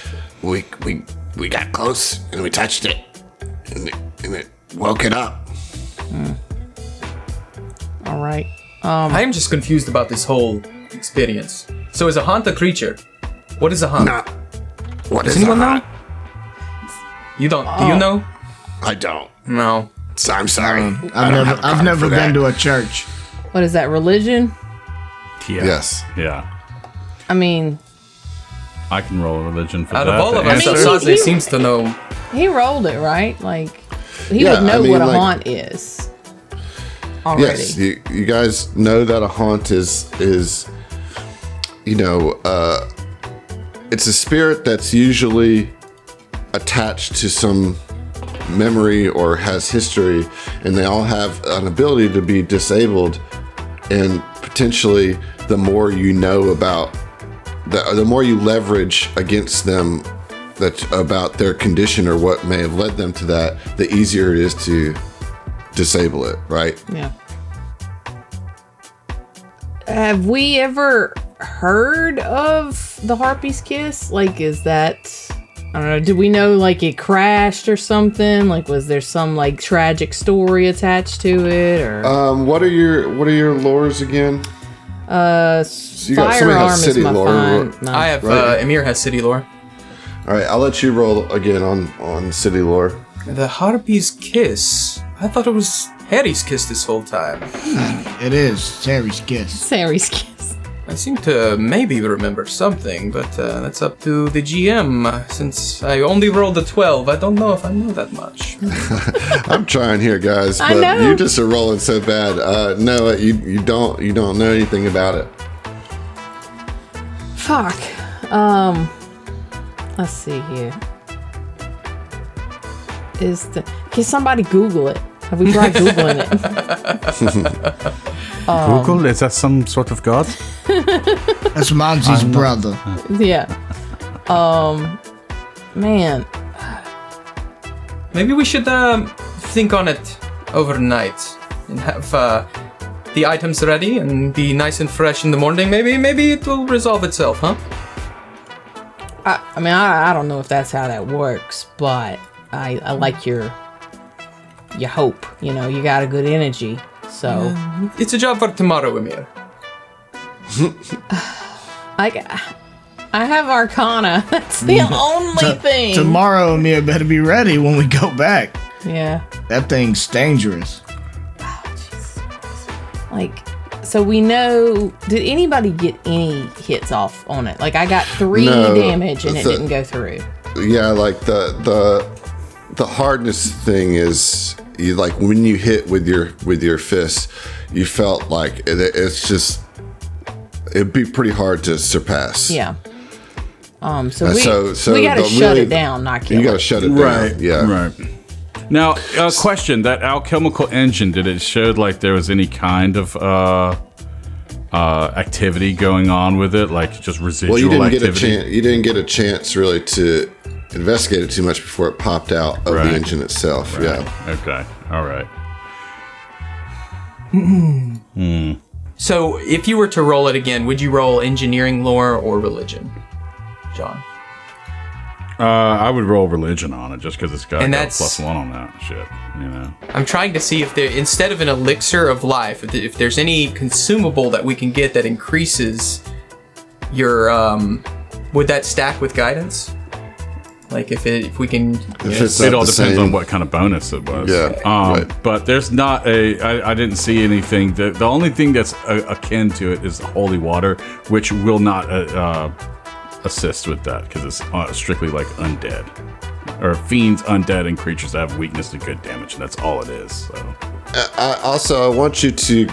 Speaker 6: we we we got close and we touched it, and it, and it woke it up.
Speaker 3: all right
Speaker 2: I am just confused about this whole experience. So, is a haunt a creature? What is a haunt?
Speaker 6: Not. What is
Speaker 2: Anyone
Speaker 6: a
Speaker 2: know?
Speaker 6: haunt?
Speaker 2: You don't? Do you know?
Speaker 6: I don't.
Speaker 2: No.
Speaker 6: So I'm sorry. I
Speaker 5: Mm, I've
Speaker 6: don't
Speaker 5: never
Speaker 6: have a
Speaker 5: I've
Speaker 6: card
Speaker 5: never
Speaker 6: for
Speaker 5: been
Speaker 6: that.
Speaker 5: to a church.
Speaker 3: what is that religion
Speaker 4: Yeah.
Speaker 1: Yes.
Speaker 4: Yeah.
Speaker 3: i mean
Speaker 4: I can roll a religion for
Speaker 2: Out
Speaker 4: that.
Speaker 2: of all
Speaker 4: The
Speaker 2: of us,
Speaker 3: I
Speaker 4: answer-
Speaker 3: mean,
Speaker 2: Sazaze
Speaker 3: you-
Speaker 2: seems to know.
Speaker 3: he rolled it right like he
Speaker 1: Yeah,
Speaker 3: would
Speaker 1: I
Speaker 3: know
Speaker 1: mean,
Speaker 3: what a
Speaker 1: like-
Speaker 3: haunt is already
Speaker 1: Yes, you, you guys know that a haunt is is you know uh, it's a spirit that's usually attached to some memory or has history, and they all have an ability to be disabled, and potentially the more you know about the, the more you leverage against them that about their condition or what may have led them to that, the easier it is to disable it, right?
Speaker 3: yeah have we ever heard of the harpy's kiss like is that I don't know. Do we know like it crashed or something? Like, was there some like tragic story attached to it, or
Speaker 1: Um, what are your what are your lures again?
Speaker 3: Uh,
Speaker 1: you got- somebody
Speaker 3: firearm
Speaker 1: has
Speaker 3: is
Speaker 1: city
Speaker 3: my
Speaker 1: lore.
Speaker 3: fine. No.
Speaker 2: I have.
Speaker 1: Right.
Speaker 2: Uh, Emir has city lore.
Speaker 1: All right, I'll let you roll again on on city lore.
Speaker 2: The harpy's kiss. I thought it was Harry's kiss this whole time.
Speaker 5: It is Terry's kiss.
Speaker 3: Sari's kiss.
Speaker 2: I seem to maybe remember something, but uh, that's up to the GM. uh, Since I only rolled a 12, I don't know if I know that much.
Speaker 1: I'm trying here, guys,
Speaker 3: I
Speaker 1: but
Speaker 3: know.
Speaker 1: you just are rolling so bad. Uh, no, you you don't you don't know anything about it.
Speaker 3: Fuck. Um, let's see here. Is the can somebody Google it? Have we tried googling it?
Speaker 4: Google, is that some sort of god?
Speaker 5: That's Monzi's brother.
Speaker 3: yeah. Um, man,
Speaker 2: Maybe we should um, think on it overnight and have uh, the items ready and be nice and fresh in the morning. Maybe, maybe it will resolve itself, huh?
Speaker 3: I, I mean, I, I don't know if that's how that works, but I, I like your your hope. You know, you got a good energy, so
Speaker 1: Mm-hmm.
Speaker 2: It's a job for tomorrow, Emir.
Speaker 3: I, I have Arcana. That's the
Speaker 1: Mm-hmm.
Speaker 3: only thing.
Speaker 5: Tomorrow, Mia better be ready when we go back.
Speaker 3: Yeah.
Speaker 5: That thing's dangerous.
Speaker 3: Like, so we know. Did anybody get any hits off on it? Like, I got three
Speaker 1: No.
Speaker 3: damage and it
Speaker 1: So-
Speaker 3: didn't go through.
Speaker 1: yeah like the the the hardness thing is you like when you hit with your with your fist you felt like it, it's just it'd be pretty hard to surpass
Speaker 3: Yeah. Um. So
Speaker 1: Uh,
Speaker 3: we
Speaker 1: so- so
Speaker 3: we gotta
Speaker 1: the
Speaker 3: shut
Speaker 1: really-
Speaker 3: it down, not kill
Speaker 1: you gotta
Speaker 3: it.
Speaker 1: shut it
Speaker 4: Right.
Speaker 1: down yeah
Speaker 4: Right. Now, uh, question: That alchemical engine did it show like there was any kind of uh, uh, activity going on with it, like just residual
Speaker 1: well you didn't
Speaker 4: activity?
Speaker 1: get a chance you didn't get a chance really to investigate it too much before it popped out of
Speaker 4: Right.
Speaker 1: the engine itself yeah
Speaker 4: Okay. All right.
Speaker 2: So, if you were to roll it again, would you roll engineering, lore, or religion, John?
Speaker 4: Uh, I would roll religion on it just because it's got
Speaker 2: And
Speaker 4: got a
Speaker 2: that's-
Speaker 4: plus one on that shit. You know.
Speaker 2: I'm trying to see if there, instead of an elixir of life, if, if there's any consumable that we can get that increases your, um, would that stack with guidance? Like if it, if we can,
Speaker 1: If it's
Speaker 4: it
Speaker 1: not
Speaker 4: all
Speaker 1: the
Speaker 4: depends
Speaker 1: same-
Speaker 4: on what kind of bonus it was.
Speaker 1: Yeah,
Speaker 4: Um,
Speaker 1: right.
Speaker 4: But there's not a. I, I didn't see anything. The, the only thing that's a, akin to it is holy water, which will not uh, uh, assist with that because it's uh, strictly like undead or fiends, undead, and creatures that have weakness to good damage, and that's all it is. So
Speaker 1: I, also, I want you to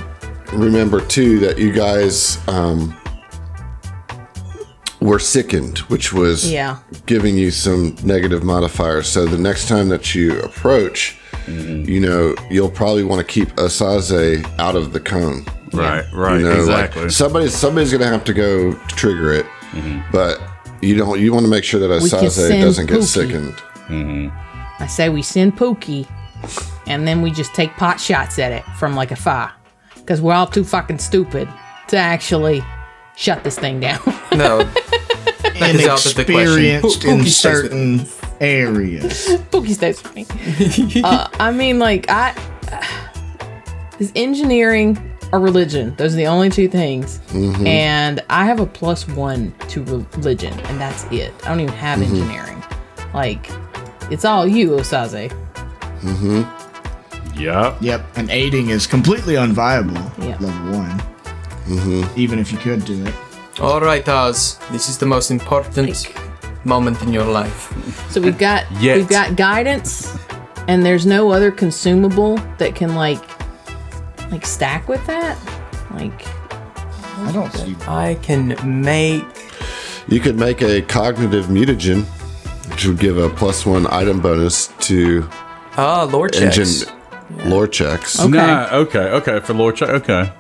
Speaker 1: remember too that you guys um, were sickened, which was
Speaker 3: Yeah.
Speaker 1: giving you some negative modifiers. So the next time that you approach,
Speaker 4: Mm-hmm.
Speaker 1: you know you'll probably want to keep Asaze out of the cone.
Speaker 4: right, right,
Speaker 1: You know, like,
Speaker 4: exactly.
Speaker 1: somebody's somebody's gonna have to go trigger it,
Speaker 6: Mm-hmm.
Speaker 1: but you don't. You want to make sure that
Speaker 3: We can
Speaker 1: Asaze
Speaker 3: send
Speaker 1: doesn't get
Speaker 3: Pookie.
Speaker 1: sickened.
Speaker 3: I say we send Pookie, and then we just take pot shots at it from like a fire, because we're all too fucking stupid to actually shut this thing down.
Speaker 2: no, that is out of the question.
Speaker 5: Inexperienced
Speaker 2: Who- who
Speaker 5: in
Speaker 2: keeps those with-
Speaker 5: certain areas.
Speaker 3: Pookie stays with me. uh, I mean, like I is engineering or religion. Those are the only two things, and I have a plus one to religion, and that's it. I don't even have engineering. Like it's all you, Osaze.
Speaker 4: yeah.
Speaker 5: Yep, and aiding is completely unviable.
Speaker 3: Yeah.
Speaker 5: at Level one.
Speaker 2: Mm-hmm.
Speaker 5: Even if you could do it.
Speaker 2: All right, Oz, this is the most important moment in your life.
Speaker 3: So we've got
Speaker 4: Yet.
Speaker 3: we've got guidance, and there's no other consumable that can like like stack with that. Like
Speaker 5: I don't see.
Speaker 2: I can make.
Speaker 1: You could make a cognitive mutagen, which would give a plus one item bonus to
Speaker 2: Ah, lore checks.
Speaker 1: engine lore checks.
Speaker 3: Okay.
Speaker 4: Nah, okay, okay. For Lord Chuck, okay.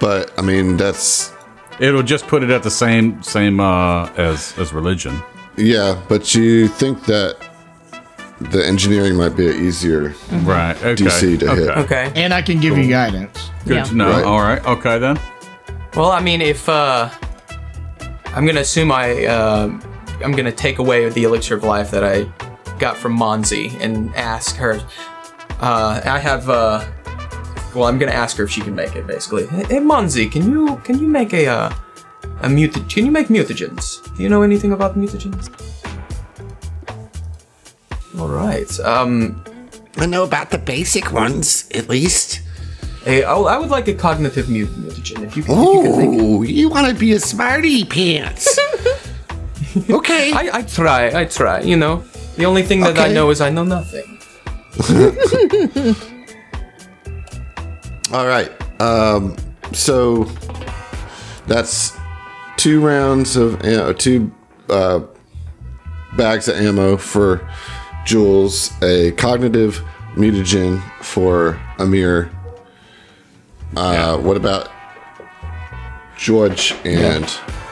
Speaker 1: But I mean, that's
Speaker 4: It'll just put it at the same same uh, as as religion.
Speaker 1: yeah. But you think that the engineering might be easier?
Speaker 4: Right. Okay.
Speaker 1: DC Mm-hmm. to hit.
Speaker 4: okay.
Speaker 2: Okay.
Speaker 5: And I can give you guidance.
Speaker 4: Good
Speaker 3: Yeah.
Speaker 4: to know.
Speaker 1: Right.
Speaker 4: All right. Okay then.
Speaker 2: Well, I mean, if uh, I'm gonna assume I, uh, I'm gonna take away the elixir of life that I got from Monzi and ask her. Uh, I have. Uh, well, I'm gonna ask her if she can make it. Basically, hey, hey Monzi, can you can you make a uh, a muta- Can you make mutagens? Do you know anything about mutagens? All right. Um.
Speaker 6: I know about the basic ones, at least.
Speaker 2: eh, I, I would like a cognitive mut- mutagen if you can. If you can think.
Speaker 6: Oh, you want to be a smarty pants? okay.
Speaker 2: I, I try, I try, you know. The only thing that I
Speaker 1: Okay.
Speaker 2: know is I know nothing.
Speaker 1: All right. Um, so that's two rounds of am- two uh, bags of ammo for Jules, a cognitive mutagen for Amir. Uh, What about George and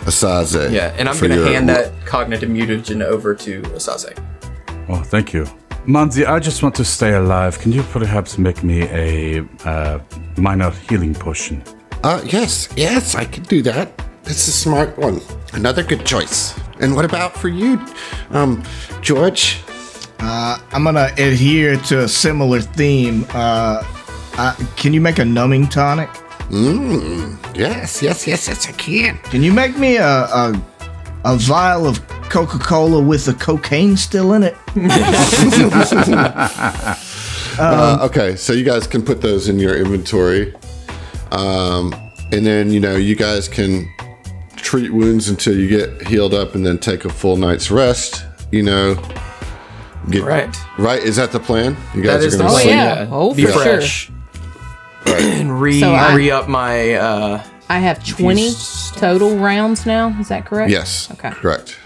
Speaker 1: Asaze?
Speaker 2: Yeah, and I'm
Speaker 1: for
Speaker 2: going to
Speaker 1: your-
Speaker 2: hand that cognitive mutagen over to Asase.
Speaker 4: Oh, thank you. Manzi, I just want to stay alive. Can you perhaps make me a uh, minor healing potion?
Speaker 6: Uh, yes, yes, I can do that.
Speaker 1: That's a smart one.
Speaker 6: Another good choice. And what about for you, um, George?
Speaker 5: I'm gonna adhere to a similar theme. Uh, I, can you make a numbing tonic?
Speaker 6: Yes, yes, yes, yes, I can.
Speaker 5: Can you make me a a, a vial of Coca Cola with the cocaine still in it?
Speaker 1: Uh, okay, so you guys can put those in your inventory, um, and then you know you guys can treat wounds until you get healed up, and then take a full night's rest. You know, get
Speaker 2: Right.
Speaker 1: Right, is that the plan? You
Speaker 2: That
Speaker 1: guys
Speaker 2: is
Speaker 1: are
Speaker 2: the
Speaker 1: gonna
Speaker 3: plan.
Speaker 1: sleep.
Speaker 3: Oh, yeah. Oh,
Speaker 2: be
Speaker 3: for sure.
Speaker 2: fresh. and re
Speaker 3: So I-
Speaker 2: re up my uh
Speaker 3: I have 20 total rounds now. Is that correct?
Speaker 1: Yes.
Speaker 3: Okay.
Speaker 1: Correct.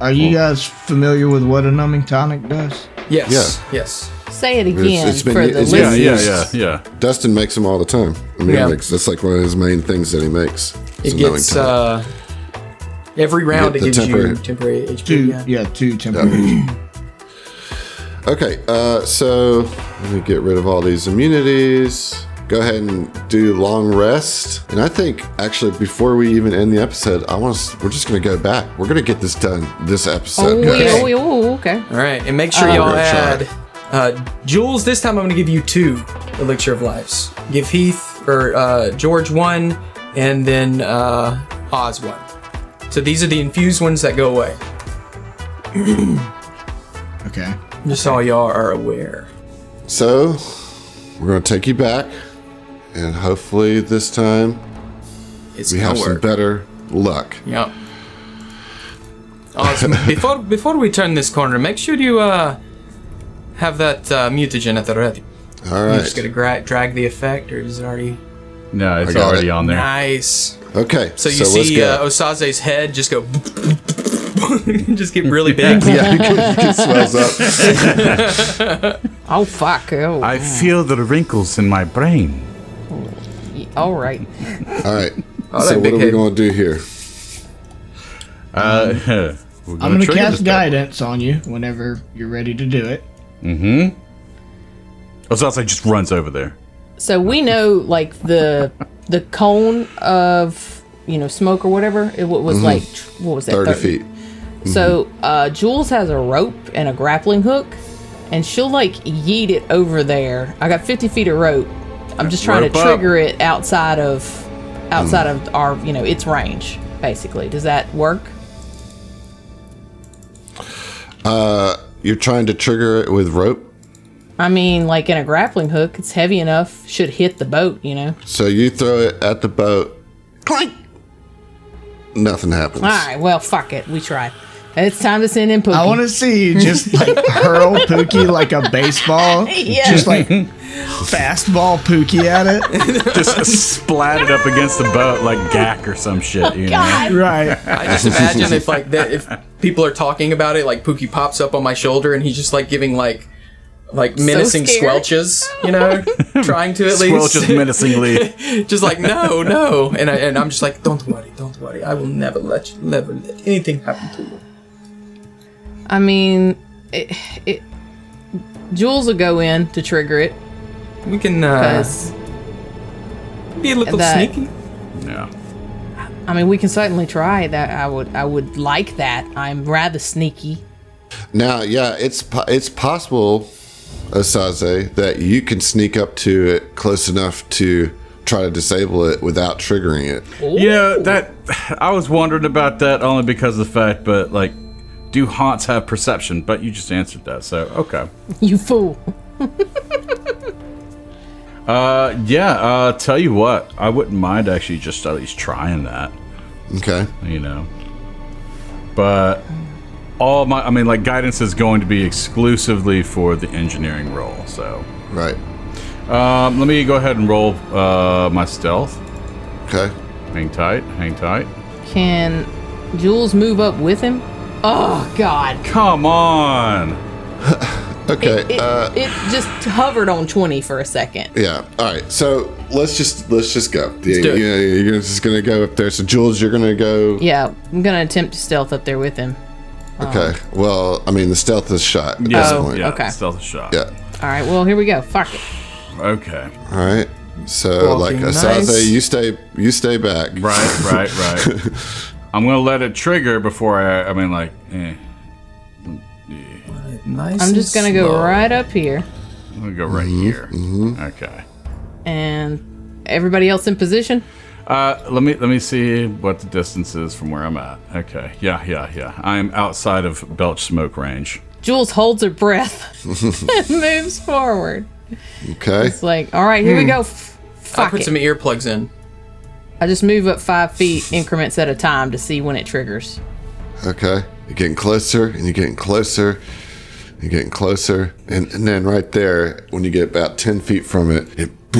Speaker 5: Are you guys familiar with what a numbing tonic does?
Speaker 2: yes. Yes.
Speaker 3: Say it
Speaker 1: It's-
Speaker 3: again
Speaker 1: it's been-
Speaker 3: for the
Speaker 1: it's been-
Speaker 4: Yeah,
Speaker 3: listeners.
Speaker 4: yeah, yeah,
Speaker 1: Yes.
Speaker 4: yeah.
Speaker 1: Dustin makes them all the time. I mean,
Speaker 2: Yeah.
Speaker 1: makes, that's like one of his main things that he makes. is
Speaker 2: It
Speaker 1: knowing
Speaker 2: gets
Speaker 1: time.
Speaker 2: uh every round
Speaker 1: get
Speaker 2: it
Speaker 1: the
Speaker 2: gives you
Speaker 1: temporary-
Speaker 2: temporary HP.
Speaker 5: Two,
Speaker 2: yeah.
Speaker 5: yeah, two temporary.
Speaker 1: Okay, uh, so let me get rid of all these immunities. Go ahead and do long rest. And I think actually before we even end the episode, I want to. We're just gonna go back. We're gonna get this done this
Speaker 3: Oh,
Speaker 1: episode.
Speaker 3: yeah,
Speaker 1: guys.
Speaker 3: oh, yeah, oh, okay.
Speaker 2: All right, and make sure y'all
Speaker 1: Gonna try
Speaker 2: add
Speaker 1: it.
Speaker 2: uh, Jules. This time I'm going to give you two elixir of lives. Give Heath or uh, George one, and then uh, Oz one. So these are the infused ones that go away.
Speaker 5: Okay.
Speaker 2: Just so y'all are aware.
Speaker 1: So we're gonna take you back, and hopefully this time
Speaker 2: It's
Speaker 1: we
Speaker 2: gonna
Speaker 1: have some
Speaker 2: work.
Speaker 1: better luck.
Speaker 2: Yeah. Oz, before before we turn this corner, make sure you uh, have that uh, mutagen at the ready.
Speaker 1: All
Speaker 2: I'm
Speaker 1: right.
Speaker 2: just gonna gra- drag the effect, or is it already?
Speaker 4: No, it's
Speaker 1: got
Speaker 4: already
Speaker 1: it.
Speaker 4: on there.
Speaker 2: Nice.
Speaker 1: Okay.
Speaker 2: So you
Speaker 1: let's
Speaker 2: see
Speaker 1: go.
Speaker 2: uh, Osaze's head just go, just get really big.
Speaker 1: yeah, you can, you can swells up.
Speaker 3: Oh, fuck. Oh,
Speaker 4: I feel the wrinkles in my brain.
Speaker 3: y- all right.
Speaker 1: All right.
Speaker 2: Oh, that
Speaker 1: so what
Speaker 2: big
Speaker 1: are we
Speaker 2: head.
Speaker 1: gonna do here?
Speaker 4: Uh, we're
Speaker 5: I'm gonna
Speaker 4: trigger
Speaker 5: cast
Speaker 4: this guy.
Speaker 5: guidance on you whenever you're ready to do it.
Speaker 4: Ozaze just runs over there.
Speaker 3: So we know, like, the the cone of, you know, smoke or whatever, it wa- was like, tr- what was that?
Speaker 1: 30 Mm-hmm. feet.
Speaker 3: So
Speaker 4: Mm-hmm.
Speaker 3: uh, Jules has a rope and a grappling hook, and she'll like yeet it over there. I got 50 feet of rope. I'm just trying
Speaker 4: Rope
Speaker 3: to
Speaker 4: up. Mm.
Speaker 3: trigger it outside of outside of our you know its range. Basically, does that work?
Speaker 1: Uh, You're trying to trigger it with rope.
Speaker 3: I mean, like in a grappling hook, it's heavy enough. Should hit the boat, you know.
Speaker 1: So you throw it at the boat. Clank. Nothing happens.
Speaker 3: All right, well, fuck it. We tried. It's time to send in Pookie.
Speaker 5: I want to see you just like hurl Pookie like a baseball,
Speaker 3: Yeah.
Speaker 5: just like fastball Pookie at it.
Speaker 4: Just splatted up against the boat like gack or some shit. You know?
Speaker 3: God.
Speaker 5: Right.
Speaker 2: I just imagine if like that if people are talking about it, like Pookie pops up on my shoulder and he's just like giving like like menacing
Speaker 3: scared.
Speaker 2: squelches, you know, trying to at least
Speaker 4: Squelches menacingly.
Speaker 2: just like no, no, and I, and I'm just like, don't worry, don't worry, I will never let you, never let anything happen to you.
Speaker 3: I mean, it, it. Jules will go in to trigger it
Speaker 2: We can
Speaker 4: Uh-huh.
Speaker 2: uh,
Speaker 3: because
Speaker 2: be a little
Speaker 3: that-
Speaker 2: sneaky.
Speaker 4: yeah.
Speaker 3: I mean, we can certainly try that. I would, I would like that. I'm rather sneaky.
Speaker 1: Now, yeah, it's po- it's possible, Asaze, that you can sneak up to it close enough to try to disable it without triggering it.
Speaker 4: You know that I was wondering about that only because of the fact, but like, do haunts have perception? But you just answered that, so okay.
Speaker 3: You fool!
Speaker 4: Uh, yeah. Uh, tell you what, I wouldn't mind actually just at least trying that.
Speaker 1: Okay.
Speaker 4: You know, but all my, I mean, like, guidance is going to be exclusively for the engineering role. So,
Speaker 1: Right.
Speaker 4: um, let me go ahead and roll uh my stealth.
Speaker 1: Okay.
Speaker 4: Hang tight. Hang tight.
Speaker 3: Can Jules move up with him? Oh God!
Speaker 4: Come on.
Speaker 1: Okay.
Speaker 3: It,
Speaker 1: uh,
Speaker 3: it just hovered on twenty for a second.
Speaker 1: yeah. All right. So let's just let's just go. yeah,
Speaker 2: do it.
Speaker 1: yeah, yeah, you're just gonna go up there. So Jules, you're gonna go.
Speaker 3: Yeah, I'm gonna attempt to stealth up there with him.
Speaker 1: Okay. Well, I mean, the stealth is shot at this
Speaker 3: Oh,
Speaker 1: point.
Speaker 4: yeah.
Speaker 3: okay.
Speaker 4: Stealth shot.
Speaker 1: Yeah.
Speaker 3: All right, well here we go. Fuck it.
Speaker 4: Okay.
Speaker 1: All right. So, like
Speaker 2: Walking
Speaker 1: Asaze,
Speaker 2: nice.
Speaker 1: you stay, you stay back.
Speaker 4: Right, right, right. I'm gonna let it trigger before I. I mean, like, eh,
Speaker 2: Nice.
Speaker 3: I'm just gonna go right up here
Speaker 4: Mm-hmm, I'm gonna go right here. Okay.
Speaker 3: and Everybody else in position?
Speaker 4: Uh, let me let me see what the distance is from where I'm at. Okay. Yeah, yeah, yeah. I'm outside of belch smoke range.
Speaker 3: Jules holds her breath and moves forward.
Speaker 1: Okay.
Speaker 3: It's like, all right, here we go. F-
Speaker 2: I
Speaker 3: fuck
Speaker 2: put
Speaker 3: it.
Speaker 2: some earplugs in.
Speaker 3: I just move up five feet increments at a time to see when it triggers.
Speaker 1: Okay. You're getting closer and you're getting closer. You're getting closer. And, and then right there, when you get about 10 feet from it, it,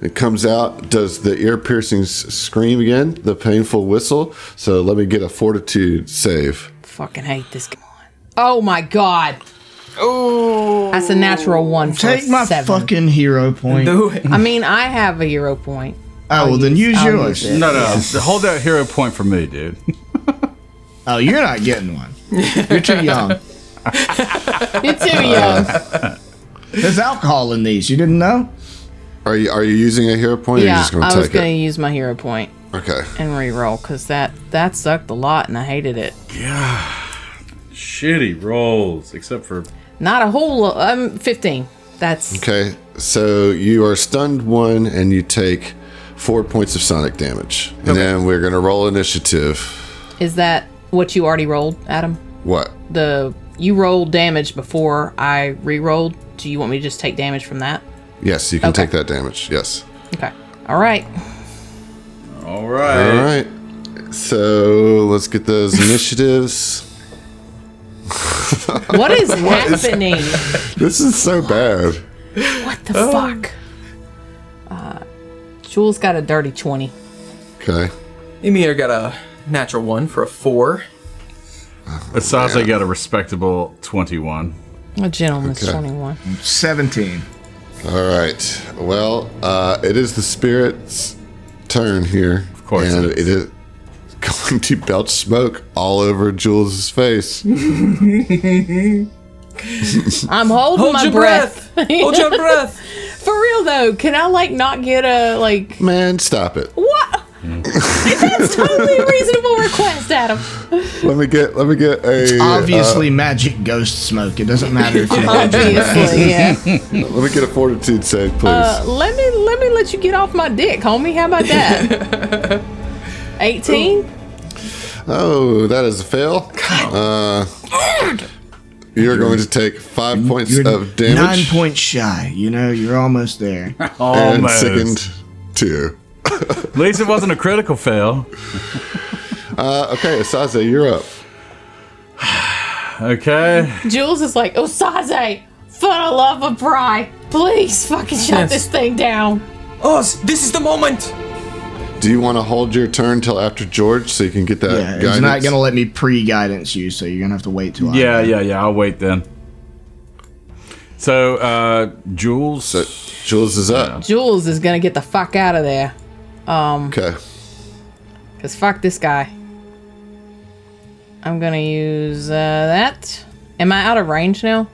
Speaker 1: it comes out, does the ear piercing s- scream again, the painful whistle. So let me get a fortitude save.
Speaker 3: Fucking hate this guy. Oh my god. Oh. That's a natural one. For
Speaker 5: Take my
Speaker 3: seven.
Speaker 5: fucking hero point.
Speaker 2: Do it.
Speaker 3: I mean, I have a hero point.
Speaker 5: oh, well, then use
Speaker 3: I'll
Speaker 5: yours.
Speaker 3: use it.
Speaker 4: No, no. Hold that hero point for me, dude.
Speaker 5: Oh, you're not getting one. You're too young.
Speaker 3: You're too young.
Speaker 5: There's alcohol in these. You didn't know?
Speaker 1: Are you are you using a hero point? Or you're
Speaker 3: yeah,
Speaker 1: just gonna
Speaker 3: I was
Speaker 1: take
Speaker 3: gonna
Speaker 1: it.
Speaker 3: use my hero point
Speaker 1: Okay.
Speaker 3: and reroll because that that sucked a lot and I hated it.
Speaker 4: Shitty rolls, except for
Speaker 3: Not a whole. Lo- I'm 15. That's
Speaker 1: Okay. So you are stunned one, and you take four points of sonic damage, and then we're gonna roll initiative.
Speaker 3: is that what you already rolled, Adam?
Speaker 1: What?
Speaker 3: The you rolled damage before I rerolled. Do you want me to just take damage from that?
Speaker 1: Yes, you can
Speaker 3: Okay.
Speaker 1: take that damage. Yes.
Speaker 3: Okay. All right.
Speaker 4: all
Speaker 1: All
Speaker 4: right.
Speaker 1: right. So let's get those initiatives.
Speaker 3: What is happening?
Speaker 1: This is so bad.
Speaker 3: what the fuck? Uh, Jules got a dirty 20.
Speaker 1: Okay.
Speaker 2: Emir got a natural one for a four.
Speaker 4: Asase got a respectable twenty-one.
Speaker 3: A gentleman's
Speaker 1: Okay.
Speaker 3: 21.
Speaker 5: 17.
Speaker 1: All right. Well, uh, it is the spirit's turn here. Of
Speaker 4: course
Speaker 1: and
Speaker 4: it
Speaker 1: it is going to belch smoke all over Jules' face.
Speaker 3: I'm holding
Speaker 2: Hold
Speaker 3: my
Speaker 2: your
Speaker 3: breath.
Speaker 2: breath. Hold your breath.
Speaker 3: For real though, can I like not get a like
Speaker 1: Man, stop it.
Speaker 3: what? That's totally a reasonable request, Adam.
Speaker 1: Let me get. Let me get a. uh,
Speaker 5: Obviously, magic ghost smoke. It doesn't matter if you
Speaker 3: Obviously, yeah.
Speaker 1: uh, let me get a fortitude save, please.
Speaker 3: Uh, let me let me let you get off my dick, homie. How about that? 18?
Speaker 1: oh, that is a fail. Uh, you're going to take five points
Speaker 5: You're
Speaker 1: of damage.
Speaker 5: Nine points shy. You know, you're almost there.
Speaker 1: and
Speaker 4: Almost.
Speaker 1: sickened two.
Speaker 4: At least it wasn't a critical fail.
Speaker 1: Uh, okay, Asaze, you're up.
Speaker 4: Okay.
Speaker 3: Jules is like, Osaze, for the love of Bry, please fucking shut
Speaker 2: Yes.
Speaker 3: this thing down.
Speaker 2: Oh, s- this is the moment.
Speaker 1: Do you want to hold your turn till after George so you can get that?
Speaker 5: Yeah, it's not
Speaker 1: guidance?
Speaker 5: gonna let me pre-guidance you, so you're gonna have to wait till. I-
Speaker 4: Yeah, yeah, yeah. I'll wait then. So, uh, Jules.
Speaker 1: So Jules is up.
Speaker 3: Jules is gonna get the fuck out of there.
Speaker 1: Okay.
Speaker 3: Cause fuck this guy. I'm gonna use uh, that. Am I out of range now?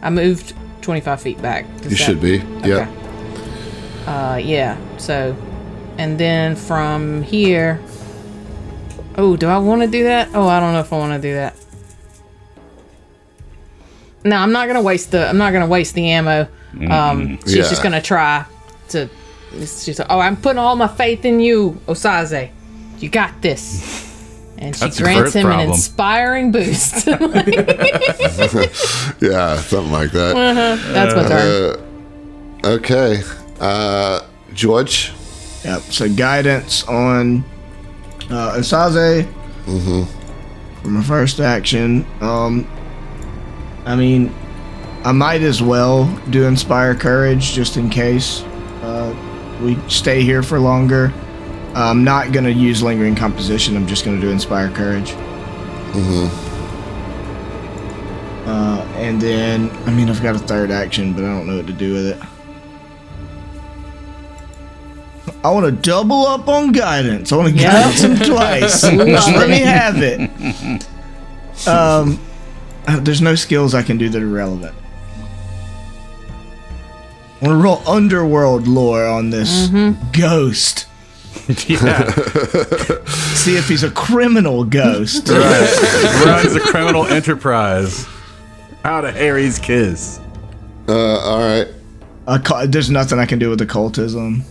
Speaker 3: I moved 25 feet back.
Speaker 1: You
Speaker 3: Does that-
Speaker 1: should be. Yeah.
Speaker 3: Uh, yeah. So, and then from here. Oh, do I want to do that? Oh, I don't know if I want to do that. No, I'm not gonna waste the. I'm not gonna waste the ammo. Um, she's
Speaker 1: Yeah.
Speaker 3: just gonna try to. She's like, oh, I'm putting all my faith in you, Osaze. You got this. And she
Speaker 4: That's your
Speaker 3: grants
Speaker 4: first
Speaker 3: him an
Speaker 4: problem.
Speaker 3: inspiring boost.
Speaker 1: Yeah, something like that.
Speaker 5: Uh-huh.
Speaker 3: That's my
Speaker 1: Uh,
Speaker 3: turn.
Speaker 1: Okay. Uh, George.
Speaker 5: Yep. So guidance on uh, Asaze
Speaker 1: Mm-hmm.
Speaker 5: for my first action. Um, I mean, I might as well do inspire courage just in case uh, we stay here for longer. I'm not gonna use lingering composition. I'm just gonna do inspire courage. Uh, and then, I mean, I've got a third action, but I don't know what to do with it. I want to double up on guidance. I want to guidance him twice. Just let me have it. Um, uh, there's no skills I can do that are relevant. I want to roll underworld lore on this
Speaker 3: Mm-hmm.
Speaker 5: ghost.
Speaker 4: Yeah.
Speaker 5: See if he's a criminal ghost.
Speaker 4: Right. Runs a criminal enterprise out of Harry's kiss.
Speaker 1: Uh, all right.
Speaker 5: Occu- there's nothing I can do with occultism.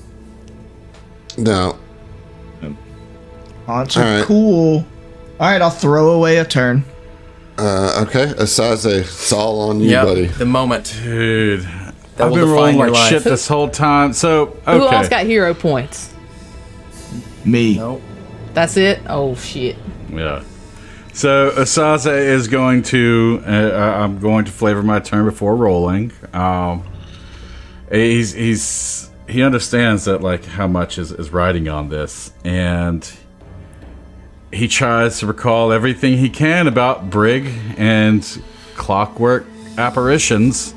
Speaker 1: No.
Speaker 5: Haunts are
Speaker 1: Alright.
Speaker 5: cool. All right, I'll throw away a turn.
Speaker 1: Uh, okay, Asaze, it's all on you,
Speaker 2: Yep,
Speaker 1: buddy.
Speaker 2: the moment.
Speaker 4: Dude, I've
Speaker 2: will
Speaker 4: been
Speaker 2: define
Speaker 4: rolling
Speaker 2: your
Speaker 4: like
Speaker 2: life.
Speaker 4: shit this whole time. So
Speaker 3: Who else
Speaker 4: okay,
Speaker 3: got hero points?
Speaker 5: Me.
Speaker 2: Nope.
Speaker 3: That's it. Oh shit.
Speaker 4: yeah. So Asaze is going to. Uh, I- I'm going to flavor my turn before rolling. Um, he's he's he understands that like how much is is riding on this, and he tries to recall everything he can about Brig and clockwork apparitions.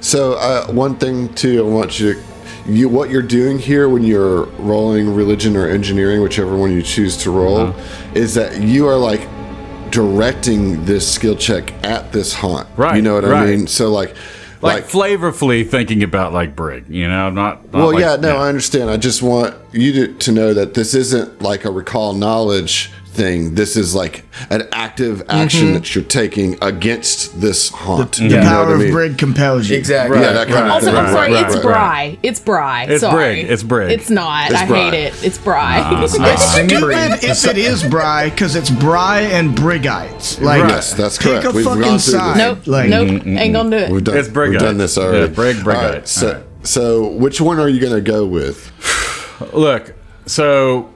Speaker 1: So uh, one thing too, I want you to you what you're doing here when you're rolling religion or engineering, whichever one you choose to roll,
Speaker 4: Uh-huh.
Speaker 1: is that you are like directing this skill check at this haunt.
Speaker 4: Right,
Speaker 1: You know what
Speaker 4: right.
Speaker 1: I mean? So like,
Speaker 4: Like, flavorfully thinking about like Brig, you know, not. not
Speaker 1: well,
Speaker 4: like-
Speaker 1: yeah, no, I understand. I just want you to, to know that this isn't like a recall knowledge thing. This is like an active action that you're taking against this haunt. you
Speaker 5: The
Speaker 1: know
Speaker 5: power
Speaker 1: what I
Speaker 5: of
Speaker 1: mean?
Speaker 5: Brig compels you.
Speaker 2: Exactly.
Speaker 1: Yeah, that kind
Speaker 4: Right,
Speaker 1: of
Speaker 3: Also,
Speaker 1: thing.
Speaker 3: I'm sorry.
Speaker 4: right,
Speaker 3: it's
Speaker 4: right,
Speaker 3: Bri.
Speaker 4: right.
Speaker 3: It's Bri.
Speaker 4: It's
Speaker 3: sorry.
Speaker 4: Brig, it's Uh, Brig.
Speaker 3: It's not.
Speaker 1: It's
Speaker 3: I
Speaker 1: Bri.
Speaker 3: hate it. It's Bri.
Speaker 5: Stupid if it is Bry, because it's Bry and Brigites. Like,
Speaker 4: Right.
Speaker 1: Yes, that's
Speaker 5: pick
Speaker 1: correct.
Speaker 5: a
Speaker 1: We've
Speaker 5: fucking
Speaker 1: gone through
Speaker 5: side.
Speaker 1: this.
Speaker 3: nope.
Speaker 5: Like,
Speaker 3: nope.
Speaker 4: mm,
Speaker 3: Ain't gonna do it.
Speaker 1: We've done,
Speaker 4: It's Brigite.
Speaker 1: we've done this already.
Speaker 4: Yeah, Brig- Brigite.
Speaker 1: All right, so,
Speaker 4: All right.
Speaker 1: so which one are you going to go with?
Speaker 4: Look, so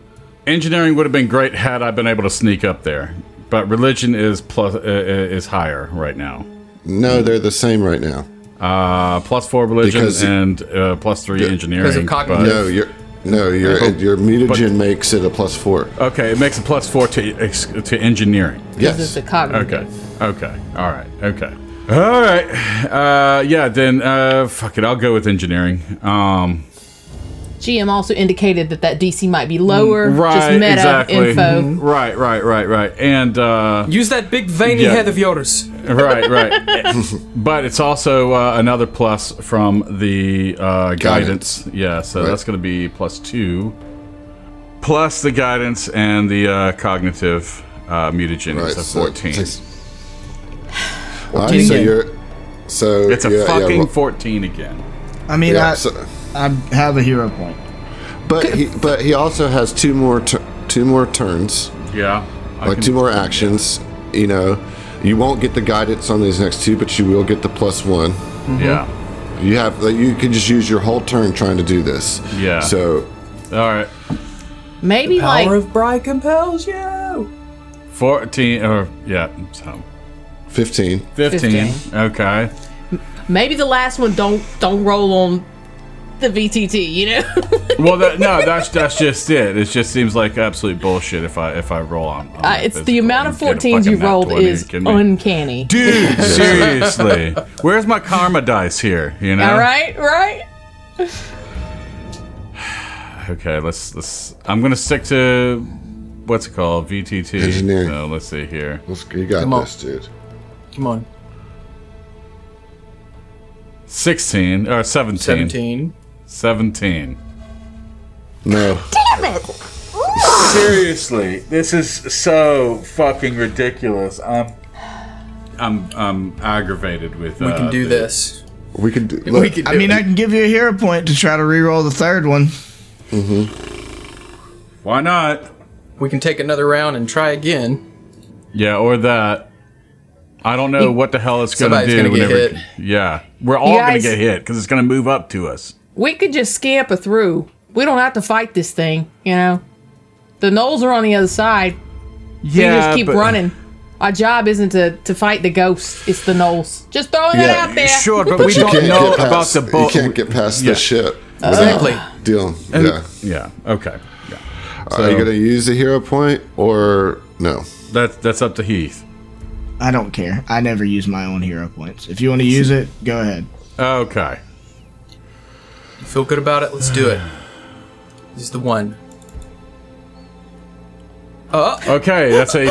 Speaker 4: engineering would have been great had I been able to sneak up there, but religion is plus uh, uh, is higher right now. Mm.
Speaker 1: No, they're the same right now.
Speaker 4: Uh, plus four religion
Speaker 1: Because-
Speaker 4: and uh, plus three engineering.
Speaker 2: because of cognitive.
Speaker 4: but-
Speaker 1: No, you're, no, your
Speaker 4: Oh,
Speaker 1: your mutagen makes it a plus four.
Speaker 4: okay, it makes a plus four to ex- to engineering.
Speaker 3: This is
Speaker 1: Yes.
Speaker 3: a cognitive.
Speaker 4: Okay. Okay. All right. Okay. All right. Uh, yeah. Then uh, fuck it. I'll go with engineering. Um,
Speaker 3: GM also indicated that that DC might be lower. Just
Speaker 4: right.
Speaker 3: meta
Speaker 4: exactly. Mm-hmm.
Speaker 3: info.
Speaker 4: Right. Right. Right. Right. And uh,
Speaker 2: Use that big veiny
Speaker 4: Yeah.
Speaker 2: head of yours.
Speaker 4: right, right. but it's also uh, another plus from the uh, guidance.
Speaker 1: Guidance.
Speaker 4: Yeah, so
Speaker 1: Right.
Speaker 4: that's going to be plus two, plus the guidance and the uh, cognitive uh, mutagen.
Speaker 1: Right,
Speaker 4: so
Speaker 1: so it
Speaker 4: 14.
Speaker 1: takes- All right, so
Speaker 3: again.
Speaker 1: you're. So
Speaker 4: it's a
Speaker 1: yeah, yeah,
Speaker 4: fucking
Speaker 1: well,
Speaker 4: 14 again.
Speaker 5: I mean,
Speaker 1: yeah,
Speaker 5: I,
Speaker 1: so-
Speaker 5: I have a hero point.
Speaker 1: but he but he also has two more tur two more turns,
Speaker 4: Yeah. I
Speaker 1: like
Speaker 4: can-
Speaker 1: two more actions. You know, you won't get the guidance on these next two, but you will get the plus one.
Speaker 4: Yeah.
Speaker 1: You have like, you can just use your whole turn trying to do this.
Speaker 4: Yeah.
Speaker 1: So
Speaker 4: All right.
Speaker 3: Maybe
Speaker 2: Power
Speaker 3: like
Speaker 2: of Bri compels you.
Speaker 4: 14, or, yeah, so
Speaker 1: 15.
Speaker 4: 15.
Speaker 3: 15.
Speaker 4: Okay.
Speaker 3: maybe the last one don't don't roll on the VTT. You know.
Speaker 4: Well, that, no, that's that's just it. It just seems like absolute bullshit if I if I roll on. on
Speaker 3: Uh,
Speaker 4: that
Speaker 3: it's the
Speaker 4: physical
Speaker 3: amount
Speaker 4: and
Speaker 3: of
Speaker 4: get a
Speaker 3: 14s you
Speaker 4: fucking nat
Speaker 3: rolled
Speaker 4: 20.
Speaker 3: is
Speaker 4: Kidding me?
Speaker 3: uncanny.
Speaker 4: Dude, seriously, where's my karma dice here? You know.
Speaker 3: All right, right.
Speaker 4: Okay, let's let's. I'm gonna stick to what's it called? VTT.
Speaker 1: Engineering.
Speaker 4: No, let's see here.
Speaker 1: Let's- You got
Speaker 2: on.
Speaker 1: this, dude.
Speaker 2: Come on.
Speaker 4: 16 or 17.
Speaker 2: 17.
Speaker 4: 17.
Speaker 1: No.
Speaker 4: Seriously, this is so fucking ridiculous. I'm. I'm I'm aggravated with. uh,
Speaker 2: We can do this.
Speaker 1: We could do.
Speaker 2: we
Speaker 1: look,
Speaker 2: can do
Speaker 5: I mean, I can give you a hero point to try to re-roll the third one.
Speaker 4: Why not?
Speaker 2: we can take another round and try again.
Speaker 4: Yeah, or that. I don't know what the hell it's going to
Speaker 2: Somebody's
Speaker 4: do.
Speaker 2: gonna get
Speaker 4: whenever-
Speaker 2: hit.
Speaker 4: Yeah, we're all going to
Speaker 3: guys-
Speaker 4: get hit because it's going to move up to us.
Speaker 3: We could just scamper through. We don't have to fight this thing, you know. The gnolls are on the other side.
Speaker 4: Yeah,
Speaker 3: we just keep running. Our job isn't to, to fight the ghosts, it's the gnolls. Just throwing it
Speaker 1: Yeah,
Speaker 3: out there.
Speaker 4: Sure, but we
Speaker 1: you
Speaker 4: don't
Speaker 1: can't
Speaker 4: know
Speaker 1: get
Speaker 4: about
Speaker 1: past,
Speaker 4: the boat.
Speaker 1: You can't get past
Speaker 4: Yeah.
Speaker 1: the ship. Uh,
Speaker 2: Exactly.
Speaker 1: Deal. Yeah.
Speaker 4: Yeah. Okay. Yeah. So
Speaker 1: Are you gonna use the hero point or no?
Speaker 4: that's that's up to Heath.
Speaker 5: I don't care. I never use my own hero points. If you want to use it, go ahead.
Speaker 4: Okay.
Speaker 2: Feel good about it? Let's do it. This is the one. Uh,
Speaker 4: Okay. That's a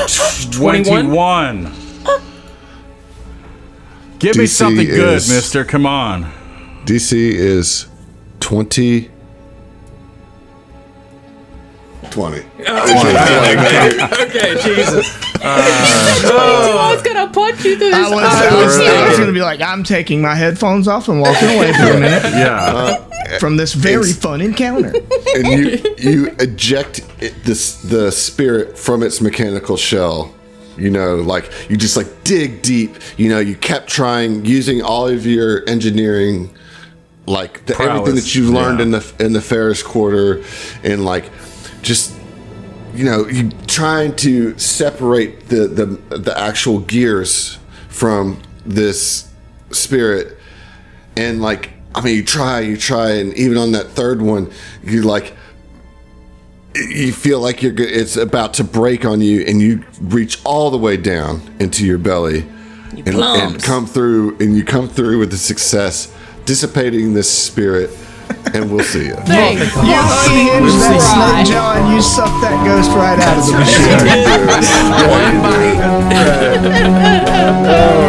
Speaker 2: 21?
Speaker 4: twenty-one. Give me
Speaker 1: DC
Speaker 4: something good,
Speaker 1: is-
Speaker 4: Mister. Come on.
Speaker 1: DC is twenty. Twenty.
Speaker 2: okay, Jesus.
Speaker 3: I was gonna punch you through
Speaker 5: I
Speaker 3: this.
Speaker 5: was, I was, I was going to be like, I'm taking my headphones off and walking away for a minute.
Speaker 4: Yeah.
Speaker 5: from this very
Speaker 1: It's-
Speaker 5: fun encounter.
Speaker 1: and you you eject it, this the spirit from its mechanical shell. You know, like you just like dig deep. You know, you kept trying using all of your engineering, like the, everything
Speaker 4: Prowess,
Speaker 1: that you've learned
Speaker 4: yeah.
Speaker 1: in the in the Ferris quarter, and like just you know you trying to separate the the the actual gears from this spirit and like i mean you try you try and even on that third one you like you feel like you're go- it's about to break on you and you reach all the way down into your belly and, and
Speaker 7: plums.
Speaker 1: come through and you come through with the success dissipating this spirit and we'll see you
Speaker 3: Thank
Speaker 5: You unhinged that
Speaker 3: Right.
Speaker 5: Snake John. You sucked that ghost right out of the machine.
Speaker 2: One bite.